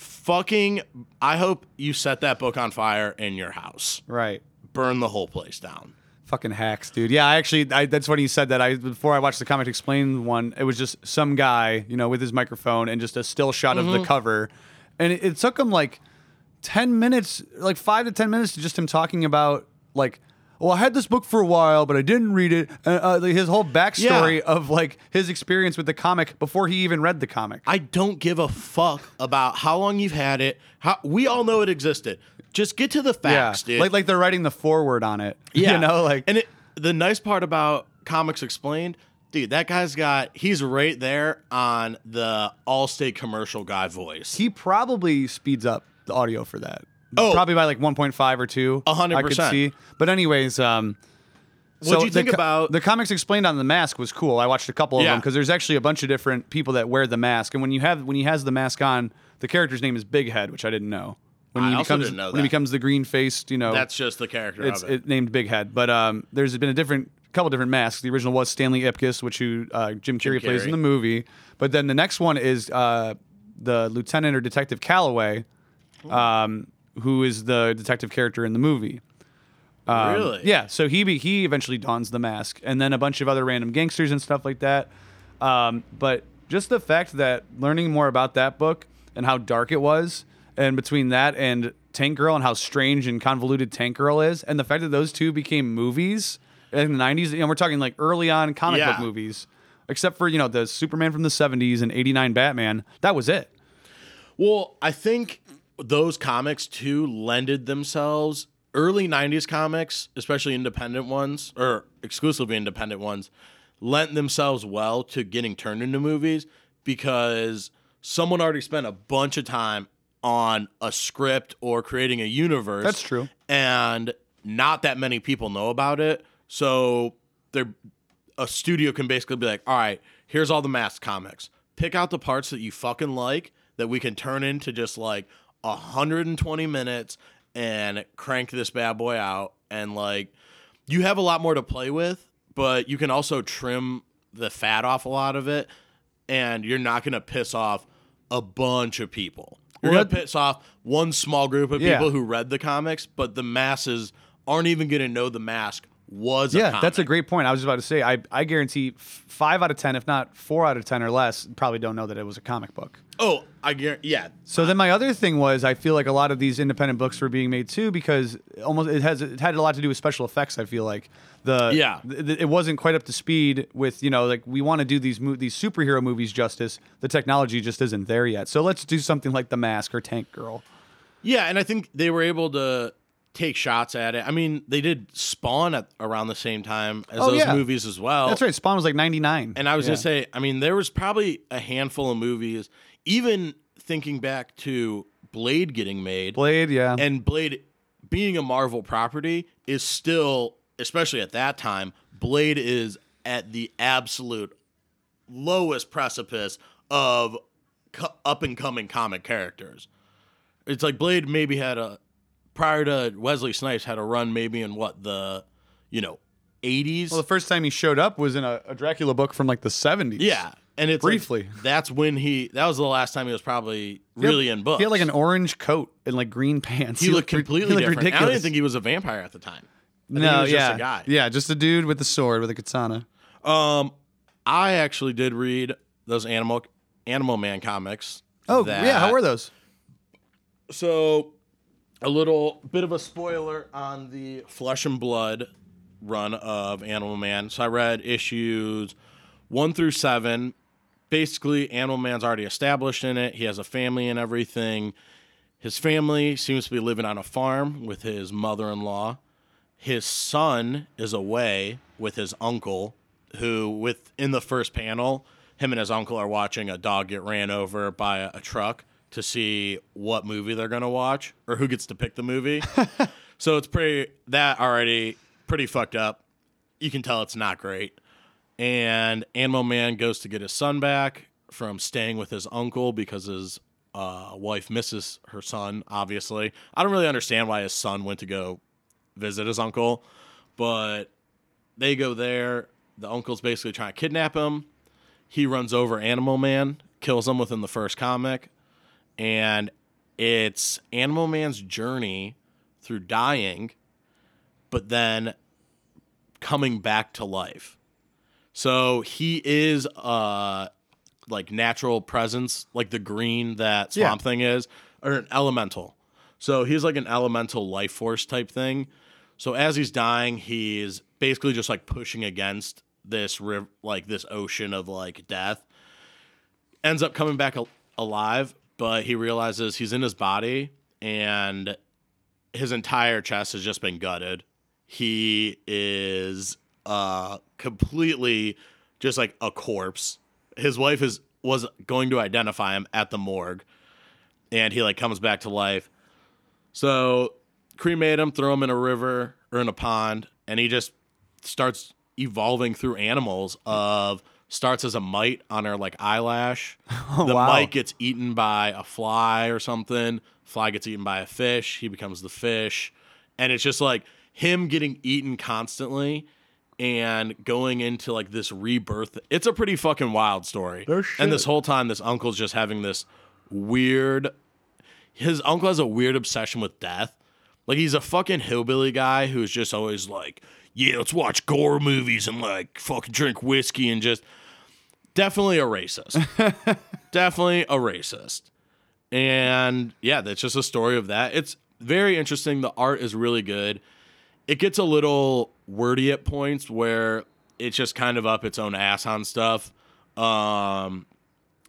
[SPEAKER 1] fucking i hope you set that book on fire in your house
[SPEAKER 2] Right.
[SPEAKER 1] burn the whole place down
[SPEAKER 2] Fucking hacks, dude. Yeah, I actually, I, that's when he said that. I before I watched the comic explained one, it was just some guy, you know, with his microphone and just a still shot
[SPEAKER 1] Mm-hmm.
[SPEAKER 2] of the cover, and it, it took him like ten minutes, like five to ten minutes, to just him talking about like, well, I had this book for a while, but I didn't read it. Uh, uh, like, his whole backstory
[SPEAKER 1] Yeah.
[SPEAKER 2] of like his experience with the comic before he even read the comic.
[SPEAKER 1] I don't give a fuck about how long you've had it. How we all know it existed. Just get to the facts, dude.
[SPEAKER 2] like like they're writing the foreword on it. you know, like
[SPEAKER 1] and it, the nice part about Comics Explained, dude, that guy's got he's right there on the Allstate commercial guy voice.
[SPEAKER 2] he probably speeds up the audio for that.
[SPEAKER 1] Oh.
[SPEAKER 2] probably by like 1.5 or 2.
[SPEAKER 1] A hundred
[SPEAKER 2] I could
[SPEAKER 1] percent.
[SPEAKER 2] see. But anyways, um
[SPEAKER 1] What'd
[SPEAKER 2] so
[SPEAKER 1] you
[SPEAKER 2] the
[SPEAKER 1] think
[SPEAKER 2] co-
[SPEAKER 1] about-
[SPEAKER 2] the comics explained on the mask was cool. I watched a couple of
[SPEAKER 1] Yeah.
[SPEAKER 2] them because there's actually a bunch of different people that wear the mask. And when you have when he has the mask on, the character's name is Big Head, which I didn't know. When
[SPEAKER 1] I
[SPEAKER 2] he
[SPEAKER 1] also
[SPEAKER 2] becomes
[SPEAKER 1] didn't know
[SPEAKER 2] when
[SPEAKER 1] that.
[SPEAKER 2] he becomes the green faced, you know,
[SPEAKER 1] That's just the character
[SPEAKER 2] it's
[SPEAKER 1] of it.
[SPEAKER 2] it named Big Head. But um, there's been a different couple different masks. The original was Stanley Ipkiss, which who uh, Jim, Carrey plays
[SPEAKER 1] Carrey.
[SPEAKER 2] in the movie. But then the next one is uh, the Lieutenant or Detective Calloway, um, who is the detective character in the movie. Um,
[SPEAKER 1] really?
[SPEAKER 2] Yeah. So he be, he eventually dons the mask, and then a bunch of other random gangsters and stuff like that. Um, but just the fact that learning more about that book and how dark it was, and between that and Tank Girl and how strange and convoluted Tank Girl is, and the fact that those two became movies in the '90s, and we're talking like early on comic
[SPEAKER 1] Yeah.
[SPEAKER 2] book movies, except for you know the Superman from the '70s and '89 Batman. That was it.
[SPEAKER 1] Well, I think those comics too lended themselves early 90s comics, especially independent ones or exclusively independent ones, lent themselves well to getting turned into movies because someone already spent a bunch of time on a script or creating a universe.
[SPEAKER 2] That's true.
[SPEAKER 1] And not that many people know about it. So they're a studio can basically be like, all right, here's all the mask comics. Pick out the parts that you fucking like that we can turn into just like 120 minutes and crank this bad boy out. And like, you have a lot more to play with, but you can also trim the fat off a lot of it. And you're not going to piss off a bunch of people. You're
[SPEAKER 2] Well,
[SPEAKER 1] going to piss off one small group of
[SPEAKER 2] Yeah.
[SPEAKER 1] people who read the comics, but the masses aren't even going to know the mask was a
[SPEAKER 2] Yeah,
[SPEAKER 1] comic.
[SPEAKER 2] that's a great point. I was just about to say, I, I guarantee f- five out of 10, if not four out of 10 or less, probably don't know that it was a comic book.
[SPEAKER 1] Oh, I guarantee. Yeah,
[SPEAKER 2] So then my other thing was, I feel like a lot of these independent books were being made too because almost it has it had a lot to do with special effects. I feel like the
[SPEAKER 1] Yeah.
[SPEAKER 2] th- th- it wasn't quite up to speed with you know like we want to do these mo- these superhero movies justice. The technology just isn't there yet. So let's do something like The Mask or Tank Girl.
[SPEAKER 1] yeah, and I think they were able to take shots at it. I mean, they did Spawn at around the same time as
[SPEAKER 2] Oh,
[SPEAKER 1] those
[SPEAKER 2] yeah.
[SPEAKER 1] movies as well.
[SPEAKER 2] That's right. Spawn was like ninety nine.
[SPEAKER 1] And I was gonna say, I mean, there was probably a handful of movies, even thinking back to Blade getting made,
[SPEAKER 2] Blade, yeah,
[SPEAKER 1] and Blade being a Marvel property is still, especially at that time, Blade is at the absolute lowest precipice of co- up and coming comic characters. It's like Blade maybe had a prior to Wesley Snipes had a run maybe in what the you know 80s.
[SPEAKER 2] well, the first time he showed up was in a, a Dracula book from like the seventies.
[SPEAKER 1] yeah. And it's like,
[SPEAKER 2] Briefly.
[SPEAKER 1] that's when he that was the last time he was probably really in books.
[SPEAKER 2] He had like an orange coat and like green pants.
[SPEAKER 1] he looked
[SPEAKER 2] ri-
[SPEAKER 1] completely
[SPEAKER 2] he looked
[SPEAKER 1] different. I
[SPEAKER 2] ridiculous.
[SPEAKER 1] don't even think he was a vampire at the time. I think
[SPEAKER 2] no,
[SPEAKER 1] he was
[SPEAKER 2] yeah,
[SPEAKER 1] just a guy.
[SPEAKER 2] yeah, just a dude with a sword with a katana.
[SPEAKER 1] Um, I actually did read those Animal Animal Man comics.
[SPEAKER 2] Oh
[SPEAKER 1] that-
[SPEAKER 2] yeah, how were those?
[SPEAKER 1] So, a little bit of a spoiler on the Flesh and Blood run of Animal Man. So I read issues one through seven. Basically, Animal Man's already established in it. He has a family and everything. His family seems to be living on a farm with his mother in law. His son is away with his uncle, who, with in the first panel, him and his uncle are watching a dog get ran over by a, a truck to see what movie they're gonna watch or who gets to pick the movie. so it's pretty that already pretty fucked up. You can tell it's not great. And Animal Man goes to get his son back, from staying with his uncle because his uh, wife misses her son, obviously. I don't really understand why his son went to go visit his uncle, but they go there. The uncle's basically trying to kidnap him. He runs over Animal Man, kills him within the first comic, and it's Animal Man's journey through dying, but then coming back to life. So he is uh like natural presence, like the green that
[SPEAKER 2] Yeah.
[SPEAKER 1] Swamp Thing is, or an elemental. So he's like an elemental life force type thing. So as he's dying, he's basically just like pushing against this river, like this ocean of like death. Ends up coming back al- alive, but he realizes he's in his body and his entire chest has just been gutted. He is uh completely just like a corpse. His wife is was going to identify him at the morgue and he like comes back to life. So cremate him, throw him in a river or in a pond, and he just starts evolving through animals of starts as a mite on her like eyelash. the
[SPEAKER 2] wow.
[SPEAKER 1] mite gets eaten by a fly or something. Fly gets eaten by a fish. He becomes the fish. And it's just like him getting eaten constantly and going into like this rebirth. It's a pretty fucking wild story.
[SPEAKER 2] No
[SPEAKER 1] and
[SPEAKER 2] shit.
[SPEAKER 1] this whole time this uncle's just having this weird his uncle has a weird obsession with death. Like he's a fucking hillbilly guy who's just always like, yeah, let's watch gore movies and like fucking drink whiskey and just definitely a racist. definitely a racist. And yeah, that's just a story of that. It's very interesting. The art is really good. It gets a little wordy at points where it's just kind of up its own ass on stuff. Um,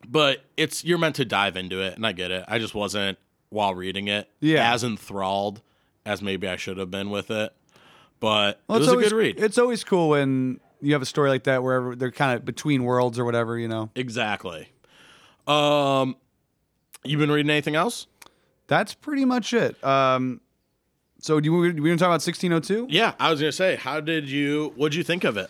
[SPEAKER 1] but it's you're meant to dive into it and i get it i just wasn't while reading it
[SPEAKER 2] Yeah.
[SPEAKER 1] as enthralled as maybe i should have been with it but
[SPEAKER 2] Well,
[SPEAKER 1] it was
[SPEAKER 2] it's always,
[SPEAKER 1] a good read
[SPEAKER 2] It's always cool when you have a story like that where they're kind of between worlds or whatever, you know.
[SPEAKER 1] exactly um you been reading anything else
[SPEAKER 2] That's pretty much it. Um, so do you, we going to talk about 1602?
[SPEAKER 1] yeah i was gonna say how did you what'd you think of it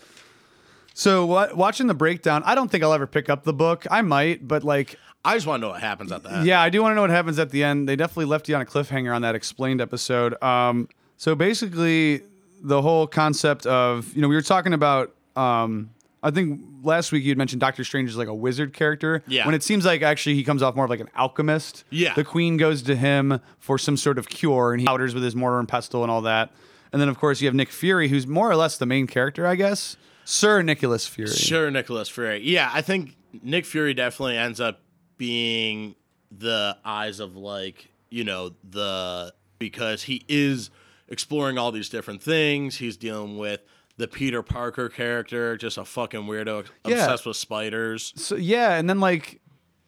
[SPEAKER 2] So wa- watching the breakdown, I don't think I'll ever pick up the book. I might, but like,
[SPEAKER 1] i just want to know what happens at the end
[SPEAKER 2] yeah, I do want to know what happens at the end. They definitely left you on a cliffhanger on that explained episode. Um, so basically, the whole concept of you know we were talking about. Um, I think last week you'd mentioned Doctor Strange is like a wizard character.
[SPEAKER 1] Yeah.
[SPEAKER 2] When it seems like actually he comes off more of like an alchemist.
[SPEAKER 1] Yeah.
[SPEAKER 2] The Queen goes to him for some sort of cure, and he powders with his mortar and pestle and all that. And then of course you have Nick Fury, who's more or less the main character, I guess. Sir Nicholas Fury.
[SPEAKER 1] Sure, Nicholas Fury. Yeah, I think Nick Fury definitely ends up being the eyes of like, you know, the because he is exploring all these different things. He's dealing with the Peter Parker character, just a fucking weirdo obsessed
[SPEAKER 2] Yeah.
[SPEAKER 1] with spiders.
[SPEAKER 2] So yeah, and then like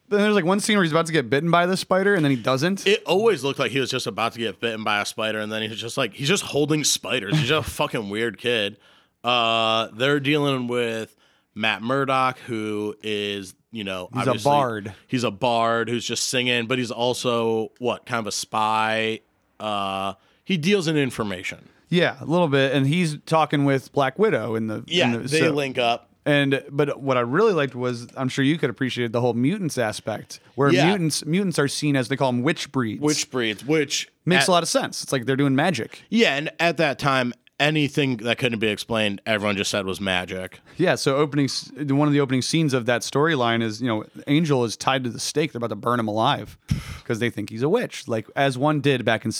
[SPEAKER 2] then there's like one scene where he's about to get bitten by the spider and then he doesn't.
[SPEAKER 1] It always looked like he was just about to get bitten by a spider, and then he's just like he's just holding spiders. He's just a fucking weird kid. Uh, they're dealing with Matt Murdock, who is you know
[SPEAKER 2] He's a
[SPEAKER 1] obviously-
[SPEAKER 2] bard.
[SPEAKER 1] He's a bard who's just singing, but he's also what kind of a spy. Uh, he deals in information.
[SPEAKER 2] Yeah, a little bit. And he's talking with Black Widow in the in the- uh, so-
[SPEAKER 1] link up.
[SPEAKER 2] And but what I really liked was I'm sure you could appreciate the whole mutants aspect where
[SPEAKER 1] Yeah.
[SPEAKER 2] mutants mutants are seen as they call them witch breeds,
[SPEAKER 1] Which breeds? Which
[SPEAKER 2] makes
[SPEAKER 1] at-
[SPEAKER 2] a lot of sense. It's like they're doing magic.
[SPEAKER 1] Yeah, and at that time, anything that couldn't be explained, everyone just said was magic.
[SPEAKER 2] Yeah. So opening s- one of the opening scenes of that storyline is you know Angel is tied to the stake. They're about to burn him alive because they think he's a witch, like as one did back in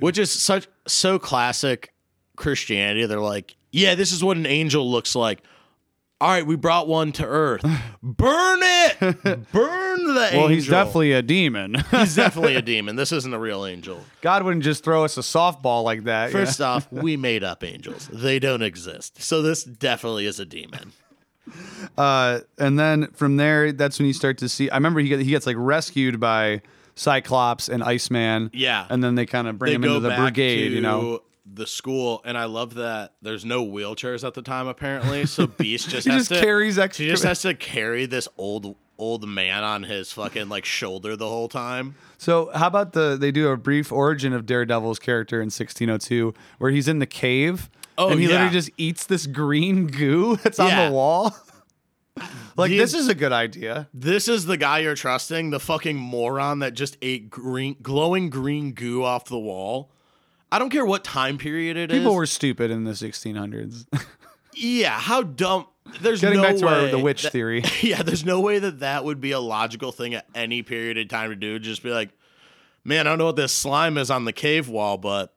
[SPEAKER 2] 1602.
[SPEAKER 1] which is such so classic Christianity. They're like, yeah, this is what an angel looks like. All right, we brought one to Earth. Burn it, burn the angel.
[SPEAKER 2] well, he's definitely a demon.
[SPEAKER 1] he's definitely a demon. This isn't a real angel.
[SPEAKER 2] God wouldn't just throw us a softball like that.
[SPEAKER 1] First off, we made up angels. They don't exist. So this definitely is a demon.
[SPEAKER 2] Uh, and then from there, that's when you start to see. I remember he gets, he gets like rescued by Cyclops and Iceman.
[SPEAKER 1] Yeah.
[SPEAKER 2] And then they kind of bring him into the brigade, you know?
[SPEAKER 1] the school, and I love that there's no wheelchairs at the time apparently. So Beast just
[SPEAKER 2] He
[SPEAKER 1] has
[SPEAKER 2] just
[SPEAKER 1] to
[SPEAKER 2] carries extra.
[SPEAKER 1] She just has to carry this old old man on his fucking like shoulder the whole time.
[SPEAKER 2] so how about the they do a brief origin of Daredevil's character in 1602, where he's in the cave.
[SPEAKER 1] Oh,
[SPEAKER 2] and he
[SPEAKER 1] yeah.
[SPEAKER 2] literally just eats this green goo that's
[SPEAKER 1] Yeah.
[SPEAKER 2] on the wall. Like
[SPEAKER 1] The-
[SPEAKER 2] this is a good idea.
[SPEAKER 1] This is the guy you're trusting, the fucking moron that just ate green, glowing green goo off the wall. I don't care what time period it is.
[SPEAKER 2] People were stupid in the 1600s.
[SPEAKER 1] yeah. How dumb? There's
[SPEAKER 2] Getting
[SPEAKER 1] no
[SPEAKER 2] back to
[SPEAKER 1] way
[SPEAKER 2] our, the witch
[SPEAKER 1] that-
[SPEAKER 2] theory.
[SPEAKER 1] Yeah, there's no way that that would be a logical thing at any period of time to do. Just be like, man, I don't know what this slime is on the cave wall, but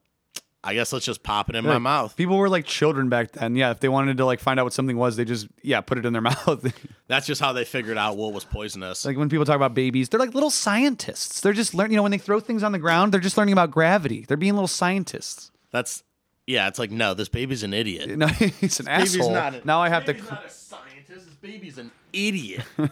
[SPEAKER 1] I guess let's just pop it in my mouth.
[SPEAKER 2] People were like children back then. Yeah, if they wanted to like find out what something was, they just yeah put it in their mouth.
[SPEAKER 1] That's just how they figured out what was poisonous.
[SPEAKER 2] like when people talk about babies, they're like little scientists. They're just learning. You know, when they throw things on the ground, they're just learning about gravity. They're being little scientists.
[SPEAKER 1] That's yeah. It's like no, this baby's an idiot.
[SPEAKER 2] No, he's an
[SPEAKER 1] Baby's
[SPEAKER 2] asshole.
[SPEAKER 1] not a-
[SPEAKER 2] now I have to.
[SPEAKER 1] baby's not a scientist. This baby's an idiot.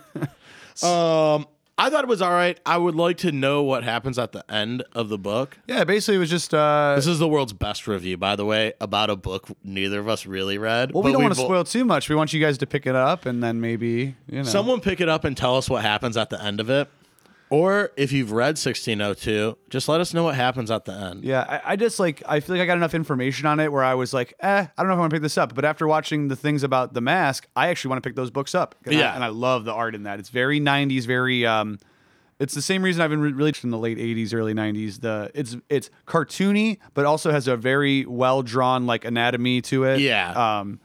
[SPEAKER 1] um, I thought it was all right. I would like to know what happens at the end of the book.
[SPEAKER 2] yeah, basically it was just. Uh,
[SPEAKER 1] This is the world's best review, by the way, about a book neither of us really read.
[SPEAKER 2] well, we
[SPEAKER 1] but
[SPEAKER 2] don't want to
[SPEAKER 1] we've-
[SPEAKER 2] spoil too much. We want you guys to pick it up and then maybe you know.
[SPEAKER 1] Someone pick it up and tell us what happens at the end of it. Or if you've read 1602, just let us know what happens at the end.
[SPEAKER 2] Yeah, I, I just like I feel like I got enough information on it where I was like, eh, I don't know if I want to pick this up. But after watching the things about the mask, I actually want to pick those books up. And
[SPEAKER 1] Yeah.
[SPEAKER 2] I, and I love the art in that. It's very '90s, very. um It's the same reason I've been re- really interested in the late '80s, early '90s. The it's it's cartoony, but also has a very well drawn like anatomy to it.
[SPEAKER 1] Yeah.
[SPEAKER 2] Um,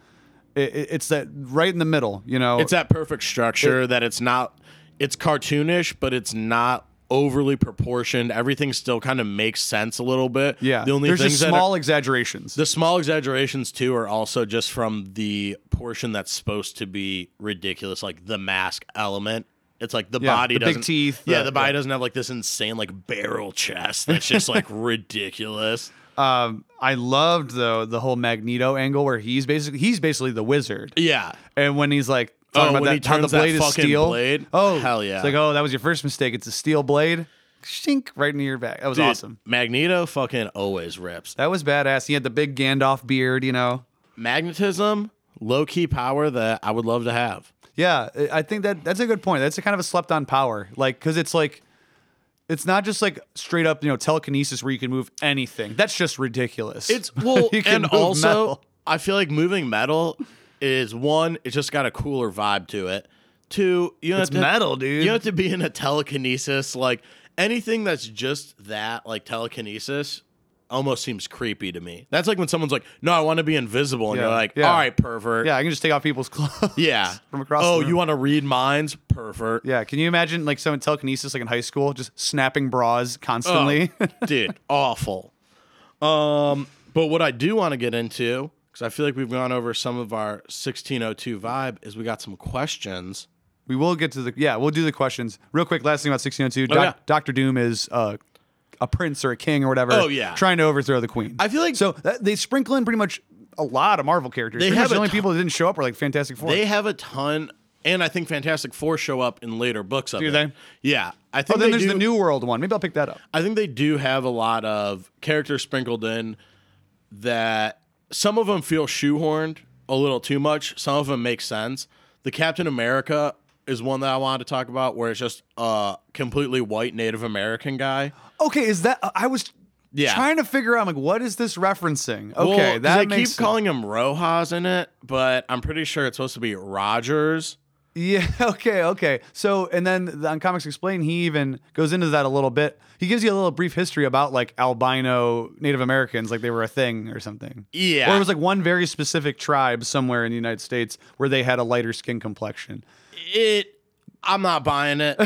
[SPEAKER 2] it, it- it's that right in the middle, you know.
[SPEAKER 1] It's that perfect structure that it's not it's cartoonish, but it's not overly proportioned. Everything still kind of makes sense a little bit.
[SPEAKER 2] yeah.
[SPEAKER 1] The only
[SPEAKER 2] there's
[SPEAKER 1] things
[SPEAKER 2] just
[SPEAKER 1] that are-
[SPEAKER 2] small exaggerations.
[SPEAKER 1] The small exaggerations too are also just from the portion that's supposed to be ridiculous, like the mask element. It's like the
[SPEAKER 2] Yeah,
[SPEAKER 1] body
[SPEAKER 2] the big
[SPEAKER 1] doesn't
[SPEAKER 2] teeth,
[SPEAKER 1] Yeah,
[SPEAKER 2] the-
[SPEAKER 1] the body doesn't have like this insane like barrel chest that's just like ridiculous.
[SPEAKER 2] um, I loved though the whole Magneto angle where he's basically he's basically the wizard.
[SPEAKER 1] Yeah.
[SPEAKER 2] And when he's like
[SPEAKER 1] Oh,
[SPEAKER 2] talking about
[SPEAKER 1] when
[SPEAKER 2] that,
[SPEAKER 1] he
[SPEAKER 2] how the
[SPEAKER 1] turns that
[SPEAKER 2] blade is
[SPEAKER 1] fucking
[SPEAKER 2] steel.
[SPEAKER 1] blade?
[SPEAKER 2] Oh,
[SPEAKER 1] Hell yeah.
[SPEAKER 2] It's like, oh, that was your first mistake. It's a steel blade. Shink right into your back. That was
[SPEAKER 1] Dude,
[SPEAKER 2] awesome.
[SPEAKER 1] Magneto fucking always rips.
[SPEAKER 2] That was badass. He had the big Gandalf beard, you know.
[SPEAKER 1] Magnetism, low key power that I would love to have.
[SPEAKER 2] Yeah, I- I think that that's a good point. That's a kind of a slept on power, like because it's like. It's not just like straight up, you know, telekinesis where you can move anything. That's just ridiculous.
[SPEAKER 1] It's well,
[SPEAKER 2] You can
[SPEAKER 1] and
[SPEAKER 2] move
[SPEAKER 1] also
[SPEAKER 2] metal.
[SPEAKER 1] I feel like moving metal is one. It's just got a cooler vibe to it. Two, you don't
[SPEAKER 2] It's
[SPEAKER 1] have to,
[SPEAKER 2] metal, dude.
[SPEAKER 1] You don't have to be in a telekinesis. Like anything that's just that, like telekinesis, almost seems creepy to me. That's like when someone's like, "No, I want to be invisible," and
[SPEAKER 2] Yeah,
[SPEAKER 1] you're like,
[SPEAKER 2] yeah.
[SPEAKER 1] "All right, pervert."
[SPEAKER 2] yeah, I can just take off people's clothes.
[SPEAKER 1] Yeah.
[SPEAKER 2] from across the
[SPEAKER 1] Oh,
[SPEAKER 2] room.
[SPEAKER 1] you want to read minds, pervert.
[SPEAKER 2] Yeah, can you imagine like someone telekinesis like in high school, just snapping bras constantly?
[SPEAKER 1] Oh. dude awful um but what i do want to get into because i feel like we've gone over some of our 1602 vibe is we got some questions
[SPEAKER 2] we will get to the yeah, we'll do the questions real quick. Last thing about sixteen oh two,
[SPEAKER 1] yeah.
[SPEAKER 2] Doctor Doom is uh, a prince or a king or whatever.
[SPEAKER 1] Oh, yeah.
[SPEAKER 2] trying to overthrow the queen.
[SPEAKER 1] I feel like-
[SPEAKER 2] so that, they sprinkle in pretty much a lot of Marvel characters.
[SPEAKER 1] They
[SPEAKER 2] Pretty
[SPEAKER 1] have
[SPEAKER 2] much the
[SPEAKER 1] a
[SPEAKER 2] only
[SPEAKER 1] ton-
[SPEAKER 2] people that didn't show up were like Fantastic Four.
[SPEAKER 1] they have a ton and i think fantastic four show up in later books of
[SPEAKER 2] Do
[SPEAKER 1] it.
[SPEAKER 2] they?
[SPEAKER 1] yeah i
[SPEAKER 2] oh,
[SPEAKER 1] think
[SPEAKER 2] then
[SPEAKER 1] they
[SPEAKER 2] there's
[SPEAKER 1] do,
[SPEAKER 2] the New World one. Maybe I'll pick that up.
[SPEAKER 1] i think they do have a lot of characters sprinkled in that some of them feel shoehorned a little too much some of them make sense the captain america is one that i wanted to talk about where it's just a completely white native american guy
[SPEAKER 2] Okay, is that I was
[SPEAKER 1] Yeah.
[SPEAKER 2] trying to figure out like what is this referencing? Okay,
[SPEAKER 1] Well, 'cause
[SPEAKER 2] that
[SPEAKER 1] they
[SPEAKER 2] makes
[SPEAKER 1] keep calling him Rojas in it, but I'm pretty sure it's supposed to be Rogers.
[SPEAKER 2] Yeah. Okay. Okay. So, and then the- on Comics Explain, he even goes into that a little bit. He gives you a little brief history about like albino Native Americans, like they were a thing or something.
[SPEAKER 1] Yeah.
[SPEAKER 2] Or it was like one very specific tribe somewhere in the United States where they had a lighter skin complexion.
[SPEAKER 1] It. I'm not buying it.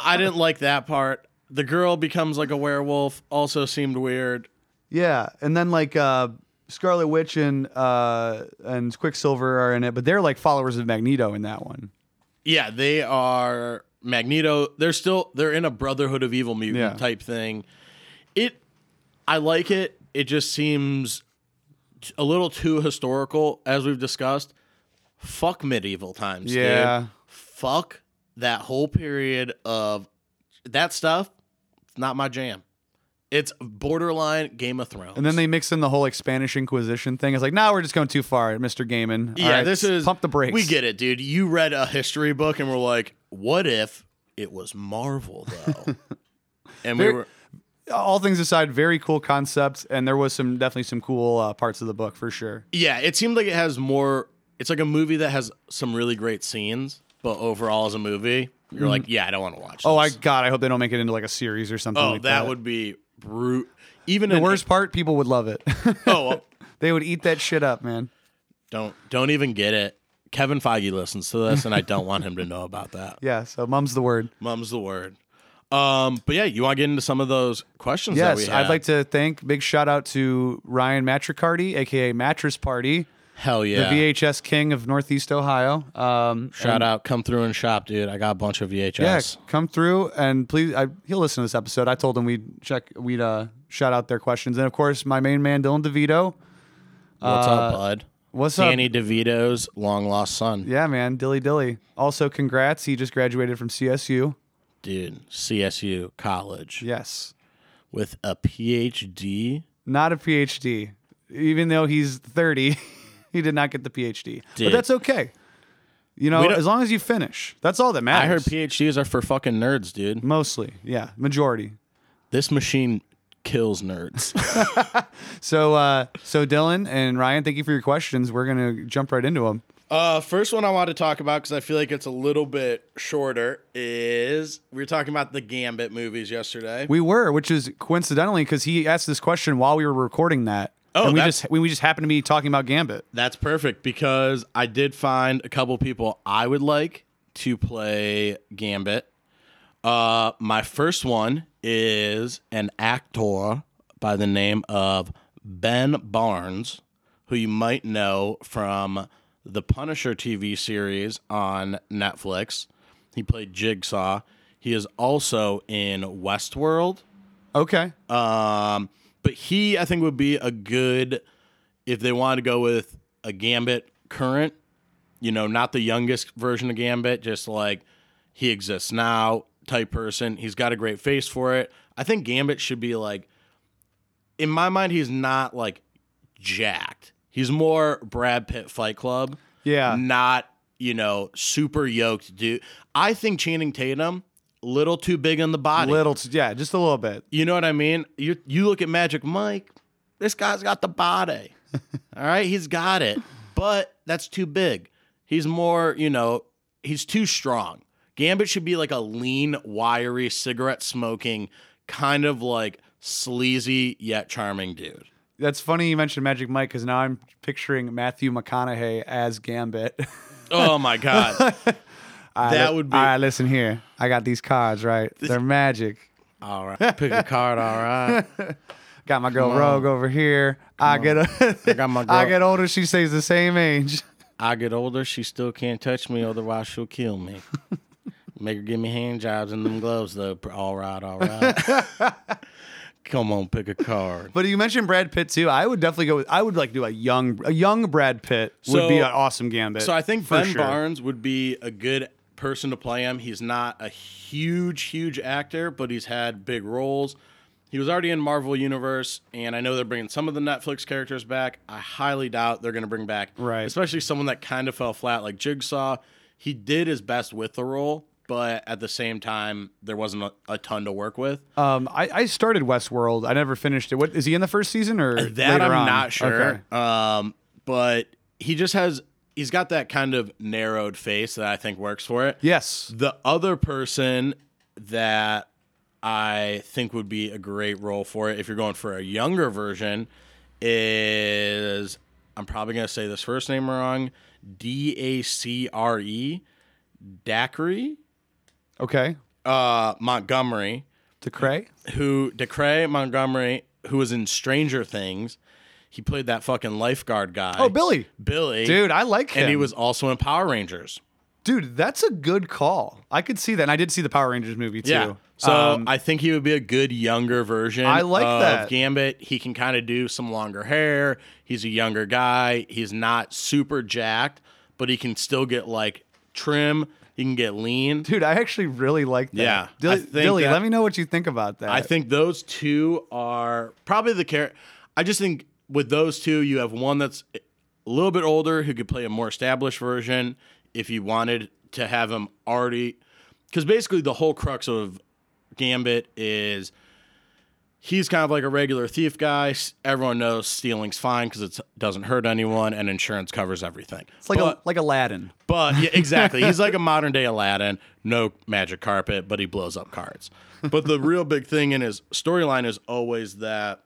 [SPEAKER 1] I didn't like that part. The girl becomes like a werewolf. Also seemed weird.
[SPEAKER 2] Yeah. And then like uh, Scarlet Witch and uh, and Quicksilver are in it, but they're like followers of Magneto in that one.
[SPEAKER 1] Yeah, they are Magneto. They're still they're in a Brotherhood of Evil mutant
[SPEAKER 2] Yeah.
[SPEAKER 1] type thing. It. I like it. It just seems t- a little too historical, as we've discussed. Fuck medieval times. dude.
[SPEAKER 2] Yeah.
[SPEAKER 1] fuck that whole period of that stuff. It's not my jam. It's borderline Game of Thrones.
[SPEAKER 2] And then they mix in the whole like Spanish Inquisition thing. It's like, now nah, we're just going too far, Mr. Gaiman. All
[SPEAKER 1] yeah,
[SPEAKER 2] right,
[SPEAKER 1] this is
[SPEAKER 2] pump the brakes.
[SPEAKER 1] We get it, dude. You read a history book and we're like, what if it was Marvel though? and we
[SPEAKER 2] Very-
[SPEAKER 1] were
[SPEAKER 2] all things aside, very cool concepts, and there was some definitely some cool uh, parts of the book for sure.
[SPEAKER 1] yeah, it seemed like it has more. It's like a movie that has some really great scenes, but overall as a movie, you're like, yeah, I don't want to watch.
[SPEAKER 2] Mm-hmm. Oh, I
[SPEAKER 1] this.
[SPEAKER 2] God, I hope they don't make it into like a series or something.
[SPEAKER 1] oh,
[SPEAKER 2] like
[SPEAKER 1] that, would be brute. Even
[SPEAKER 2] The
[SPEAKER 1] an-
[SPEAKER 2] worst part, people would love it.
[SPEAKER 1] Oh, well,
[SPEAKER 2] they would eat that shit up, man.
[SPEAKER 1] don't don't even get it. Kevin Feige listens to this, and I don't want him to know about that.
[SPEAKER 2] Yeah. So mum's the word.
[SPEAKER 1] Mum's the word. Um, but yeah, you want to get into some of those questions? that we
[SPEAKER 2] Yes,
[SPEAKER 1] had?
[SPEAKER 2] I'd like to thank big shout out to Ryan Matricardi, aka Mattress Party,
[SPEAKER 1] Hell yeah!
[SPEAKER 2] the VHS king of Northeast Ohio. Um,
[SPEAKER 1] Shout out, come through and shop, dude. I got a bunch of VHS.
[SPEAKER 2] yeah, come through and please. I, he'll listen to this episode. I told him we'd check, we'd uh, shout out their questions, and of course, my main man Dylan DeVito.
[SPEAKER 1] What's uh, up, bud?
[SPEAKER 2] What's up?
[SPEAKER 1] Danny DeVito's long lost son,
[SPEAKER 2] Yeah, man, dilly dilly. Also, congrats. He just graduated from CSU.
[SPEAKER 1] dude. CSU college
[SPEAKER 2] Yes,
[SPEAKER 1] with a PhD.
[SPEAKER 2] not a PhD. Even though he's thirty, he did not get the PhD. But
[SPEAKER 1] Dude.
[SPEAKER 2] that's okay. You know,
[SPEAKER 1] We don't-
[SPEAKER 2] as long as you finish, that's all that matters.
[SPEAKER 1] I heard PhDs are for fucking nerds, dude.
[SPEAKER 2] Mostly, yeah, majority.
[SPEAKER 1] This machine kills nerds.
[SPEAKER 2] So, uh, so Dylan and Ryan, thank you for your questions. We're gonna jump right into them.
[SPEAKER 1] Uh, first one I want to talk about because I feel like it's a little bit shorter is we were talking about the Gambit movies yesterday.
[SPEAKER 2] We were, which is coincidentally because he asked this question while we were recording that.
[SPEAKER 1] Oh,
[SPEAKER 2] and we
[SPEAKER 1] that's-
[SPEAKER 2] just we, we just happened to be talking about Gambit.
[SPEAKER 1] That's perfect because I did find a couple people I would like to play Gambit. Uh, my first one is an actor by the name of Ben Barnes, who you might know from the Punisher TV series on Netflix. He played Jigsaw. He is also in Westworld.
[SPEAKER 2] Okay,
[SPEAKER 1] Um, but he, I think, would be a good if they wanted to go with a Gambit current. You know, not the youngest version of Gambit, just like he exists now type person. He's got a great face for it. I think Gambit should be like, in my mind, he's not like jacked. He's more Brad Pitt Fight Club
[SPEAKER 2] yeah,
[SPEAKER 1] not you know super yoked dude. I think Channing Tatum little too big on the body.
[SPEAKER 2] little, t- yeah, just a little bit.
[SPEAKER 1] You know what I mean? You you look at Magic Mike, this guy's got the body. All right, he's got it. But that's too big. He's more, you know, he's too strong. Gambit should be like a lean, wiry, cigarette smoking, kind of like sleazy yet charming dude.
[SPEAKER 2] That's funny you mentioned Magic Mike because now I'm picturing Matthew McConaughey as Gambit.
[SPEAKER 1] Oh my god. That
[SPEAKER 2] li-
[SPEAKER 1] would be-
[SPEAKER 2] All right, listen here. I got these cards right. They're magic.
[SPEAKER 1] all right. Pick a card, all right.
[SPEAKER 2] Got my girl Rogue over here. I get a, I
[SPEAKER 1] got my
[SPEAKER 2] I
[SPEAKER 1] girl-
[SPEAKER 2] get older. She stays the same age.
[SPEAKER 1] I get older, she still can't touch me, otherwise she'll kill me. Make her give me hand jobs and them gloves though. All right, all right. Come on, pick a card.
[SPEAKER 2] But you mentioned Brad Pitt too. I would definitely go. With, I would like do a young, a young Brad Pitt would
[SPEAKER 1] So-
[SPEAKER 2] be an awesome gambit.
[SPEAKER 1] So I think
[SPEAKER 2] for
[SPEAKER 1] Ben
[SPEAKER 2] sure.
[SPEAKER 1] Barnes would be a good person to play him. He's not a huge, huge actor, but he's had big roles. He was already in Marvel Universe, and I know they're bringing some of the Netflix characters back. I highly doubt they're going to bring back,
[SPEAKER 2] Right.
[SPEAKER 1] Especially someone that kind of fell flat, like Jigsaw. He did his best with the role, but at the same time, there wasn't a, a ton to work with.
[SPEAKER 2] Um, I, I started Westworld. I never finished it. What is he in the first season or
[SPEAKER 1] That
[SPEAKER 2] later
[SPEAKER 1] I'm
[SPEAKER 2] on?
[SPEAKER 1] not sure.
[SPEAKER 2] Okay.
[SPEAKER 1] Um, but he just has he's got that kind of narrowed face that I think works for it.
[SPEAKER 2] Yes.
[SPEAKER 1] The other person that I think would be a great role for it, if you're going for a younger version, is I'm probably gonna say this first name wrong. D A C R E Dacry
[SPEAKER 2] Okay.
[SPEAKER 1] uh, Montgomery
[SPEAKER 2] To Cray.
[SPEAKER 1] who Decray Montgomery, who was in Stranger Things, he played that fucking lifeguard guy.
[SPEAKER 2] Oh, Billy.
[SPEAKER 1] Billy,
[SPEAKER 2] Dude, I like him.
[SPEAKER 1] and he was also in Power Rangers.
[SPEAKER 2] Dude, that's a good call. I could see that. And I did see the Power Rangers movie too.
[SPEAKER 1] So
[SPEAKER 2] Um,
[SPEAKER 1] I think he would be a good younger version.
[SPEAKER 2] I like
[SPEAKER 1] of
[SPEAKER 2] that.
[SPEAKER 1] Gambit. He can kind of do some longer hair. He's a younger guy. He's not super jacked, but he can still get like trim. He can get lean.
[SPEAKER 2] dude, I actually really like that.
[SPEAKER 1] Yeah, I
[SPEAKER 2] Dilly,
[SPEAKER 1] think
[SPEAKER 2] Dilly,
[SPEAKER 1] that-
[SPEAKER 2] let me know what you think about that.
[SPEAKER 1] I think those two are probably the character. I just think with those two, you have one that's a little bit older who could play a more established version if you wanted to have him already. Because basically, the whole crux of Gambit is he's kind of like a regular thief guy. S- Everyone knows stealing's fine because it doesn't hurt anyone, and insurance covers everything.
[SPEAKER 2] It's like
[SPEAKER 1] but,
[SPEAKER 2] a, like Aladdin.
[SPEAKER 1] but yeah, exactly, he's like a modern day Aladdin. No magic carpet, but he blows up cards. But the real big thing in his storyline is always that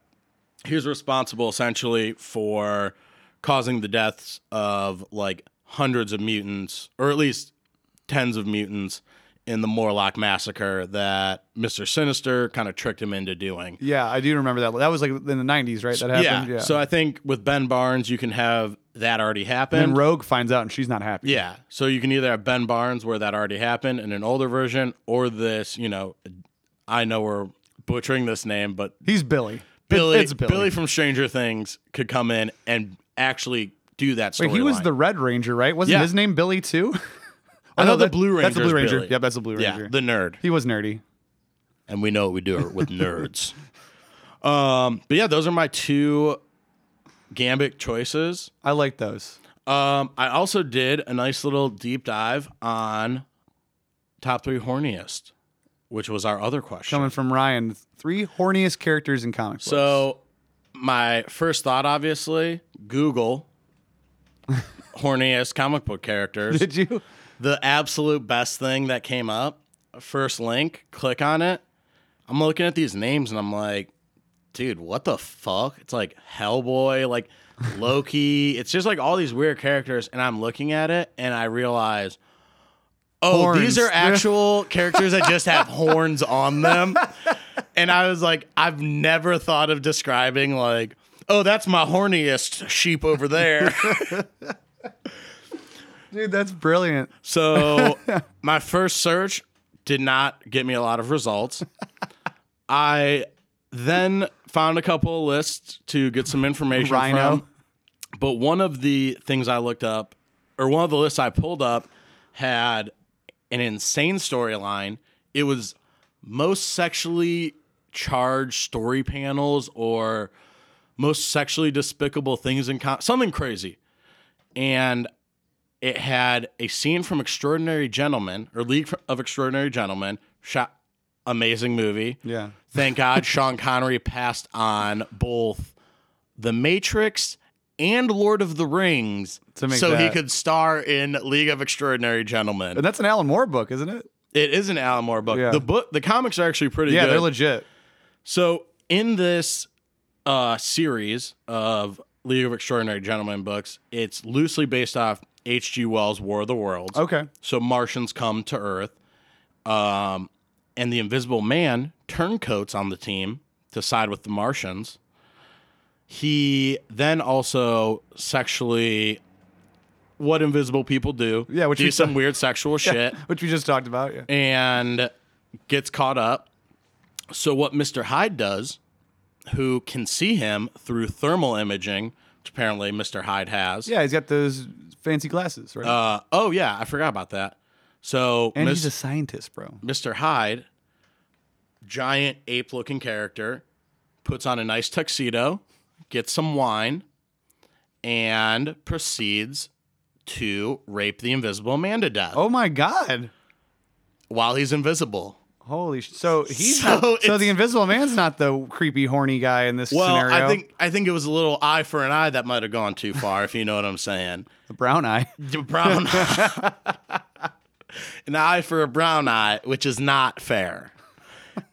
[SPEAKER 1] he's responsible essentially for causing the deaths of like hundreds of mutants, or at least tens of mutants. In the Morlock massacre that Mister Sinister kind of tricked him into doing,
[SPEAKER 2] Yeah, I do remember that. That was like in the '90s, right? That
[SPEAKER 1] yeah.
[SPEAKER 2] happened. Yeah.
[SPEAKER 1] So I think with Ben Barnes, you can have that already happen.
[SPEAKER 2] and Rogue finds out, and she's not happy.
[SPEAKER 1] yeah. So you can either have Ben Barnes where that already happened in an older version, or this. You know, I know we're butchering this name, but
[SPEAKER 2] He's Billy.
[SPEAKER 1] Billy,
[SPEAKER 2] It's
[SPEAKER 1] Billy. from Stranger Things could come in and actually do that story.
[SPEAKER 2] Wait, he was the Red Ranger, right? Wasn't
[SPEAKER 1] Yeah.
[SPEAKER 2] his name Billy too? I
[SPEAKER 1] no, the Blue
[SPEAKER 2] oh, That's the
[SPEAKER 1] Ranger's
[SPEAKER 2] Blue Ranger.
[SPEAKER 1] Billy.
[SPEAKER 2] Yep, that's the Blue
[SPEAKER 1] yeah,
[SPEAKER 2] Ranger.
[SPEAKER 1] the nerd.
[SPEAKER 2] he was nerdy.
[SPEAKER 1] and we know what we do it with nerds. Um, but yeah, those are my two gambit choices.
[SPEAKER 2] I like those.
[SPEAKER 1] Um, I also did a nice little deep dive on top three horniest, which was our other question.
[SPEAKER 2] Coming from Ryan, three horniest characters in comics.
[SPEAKER 1] So, my first thought, obviously, Google horniest comic book characters.
[SPEAKER 2] did you?
[SPEAKER 1] the absolute best thing that came up, first link, click on it. I'm looking at these names and I'm like, dude, what the fuck? It's like Hellboy, like Loki. it's just like all these weird characters. And I'm looking at it and I realize, oh, these
[SPEAKER 2] Horns.
[SPEAKER 1] are actual characters that just have horns on them. And I was like, I've never thought of describing, like, oh, that's my horniest sheep over there.
[SPEAKER 2] Dude, that's brilliant.
[SPEAKER 1] So my first search did not get me a lot of results. I then found a couple of lists to get some information
[SPEAKER 2] Rhino.
[SPEAKER 1] from. But one of the things I looked up, or one of the lists I pulled up, had an insane storyline. It was most sexually charged story panels or most sexually despicable things in com- something crazy. And it had a scene from Extraordinary Gentlemen or League of Extraordinary Gentlemen. Shot amazing movie.
[SPEAKER 2] Yeah.
[SPEAKER 1] Thank God Sean Connery passed on both The Matrix and Lord of the Rings
[SPEAKER 2] To make
[SPEAKER 1] so he
[SPEAKER 2] that-
[SPEAKER 1] could star in League of Extraordinary Gentlemen.
[SPEAKER 2] And that's an Alan Moore book, isn't it?
[SPEAKER 1] It is an Alan Moore book.
[SPEAKER 2] Yeah.
[SPEAKER 1] The book the comics are actually pretty
[SPEAKER 2] Yeah,
[SPEAKER 1] good.
[SPEAKER 2] they're legit.
[SPEAKER 1] So in this uh, series of League of Extraordinary Gentlemen books, it's loosely based off H.G. Wells' War of the Worlds.
[SPEAKER 2] Okay.
[SPEAKER 1] So Martians come to Earth, um, and the Invisible Man turncoats on the team to side with the Martians. He then also sexually, what invisible people do,
[SPEAKER 2] Yeah, which
[SPEAKER 1] do
[SPEAKER 2] we-
[SPEAKER 1] some weird sexual shit
[SPEAKER 2] Which we just talked about. Yeah.
[SPEAKER 1] and gets caught up. So what Mr. Hyde does, who can see him through thermal imaging, which apparently Mr. Hyde has.
[SPEAKER 2] Yeah, he's got those fancy glasses, right?
[SPEAKER 1] Uh, oh yeah, I forgot about that. So
[SPEAKER 2] and
[SPEAKER 1] Mis-
[SPEAKER 2] he's a scientist, bro.
[SPEAKER 1] Mr. Hyde, giant ape-looking character, puts on a nice tuxedo, gets some wine, and proceeds to rape the invisible man to death
[SPEAKER 2] Oh my god.
[SPEAKER 1] while he's invisible.
[SPEAKER 2] Holy sh- so he's
[SPEAKER 1] So
[SPEAKER 2] so,
[SPEAKER 1] it's-
[SPEAKER 2] the Invisible Man's not the creepy horny guy in this
[SPEAKER 1] Well,
[SPEAKER 2] scenario.
[SPEAKER 1] I think I think it was a little eye for an eye that might have gone too far, if you know what I'm saying.
[SPEAKER 2] the brown eye.
[SPEAKER 1] The Brown, an eye for a brown eye, which is not fair.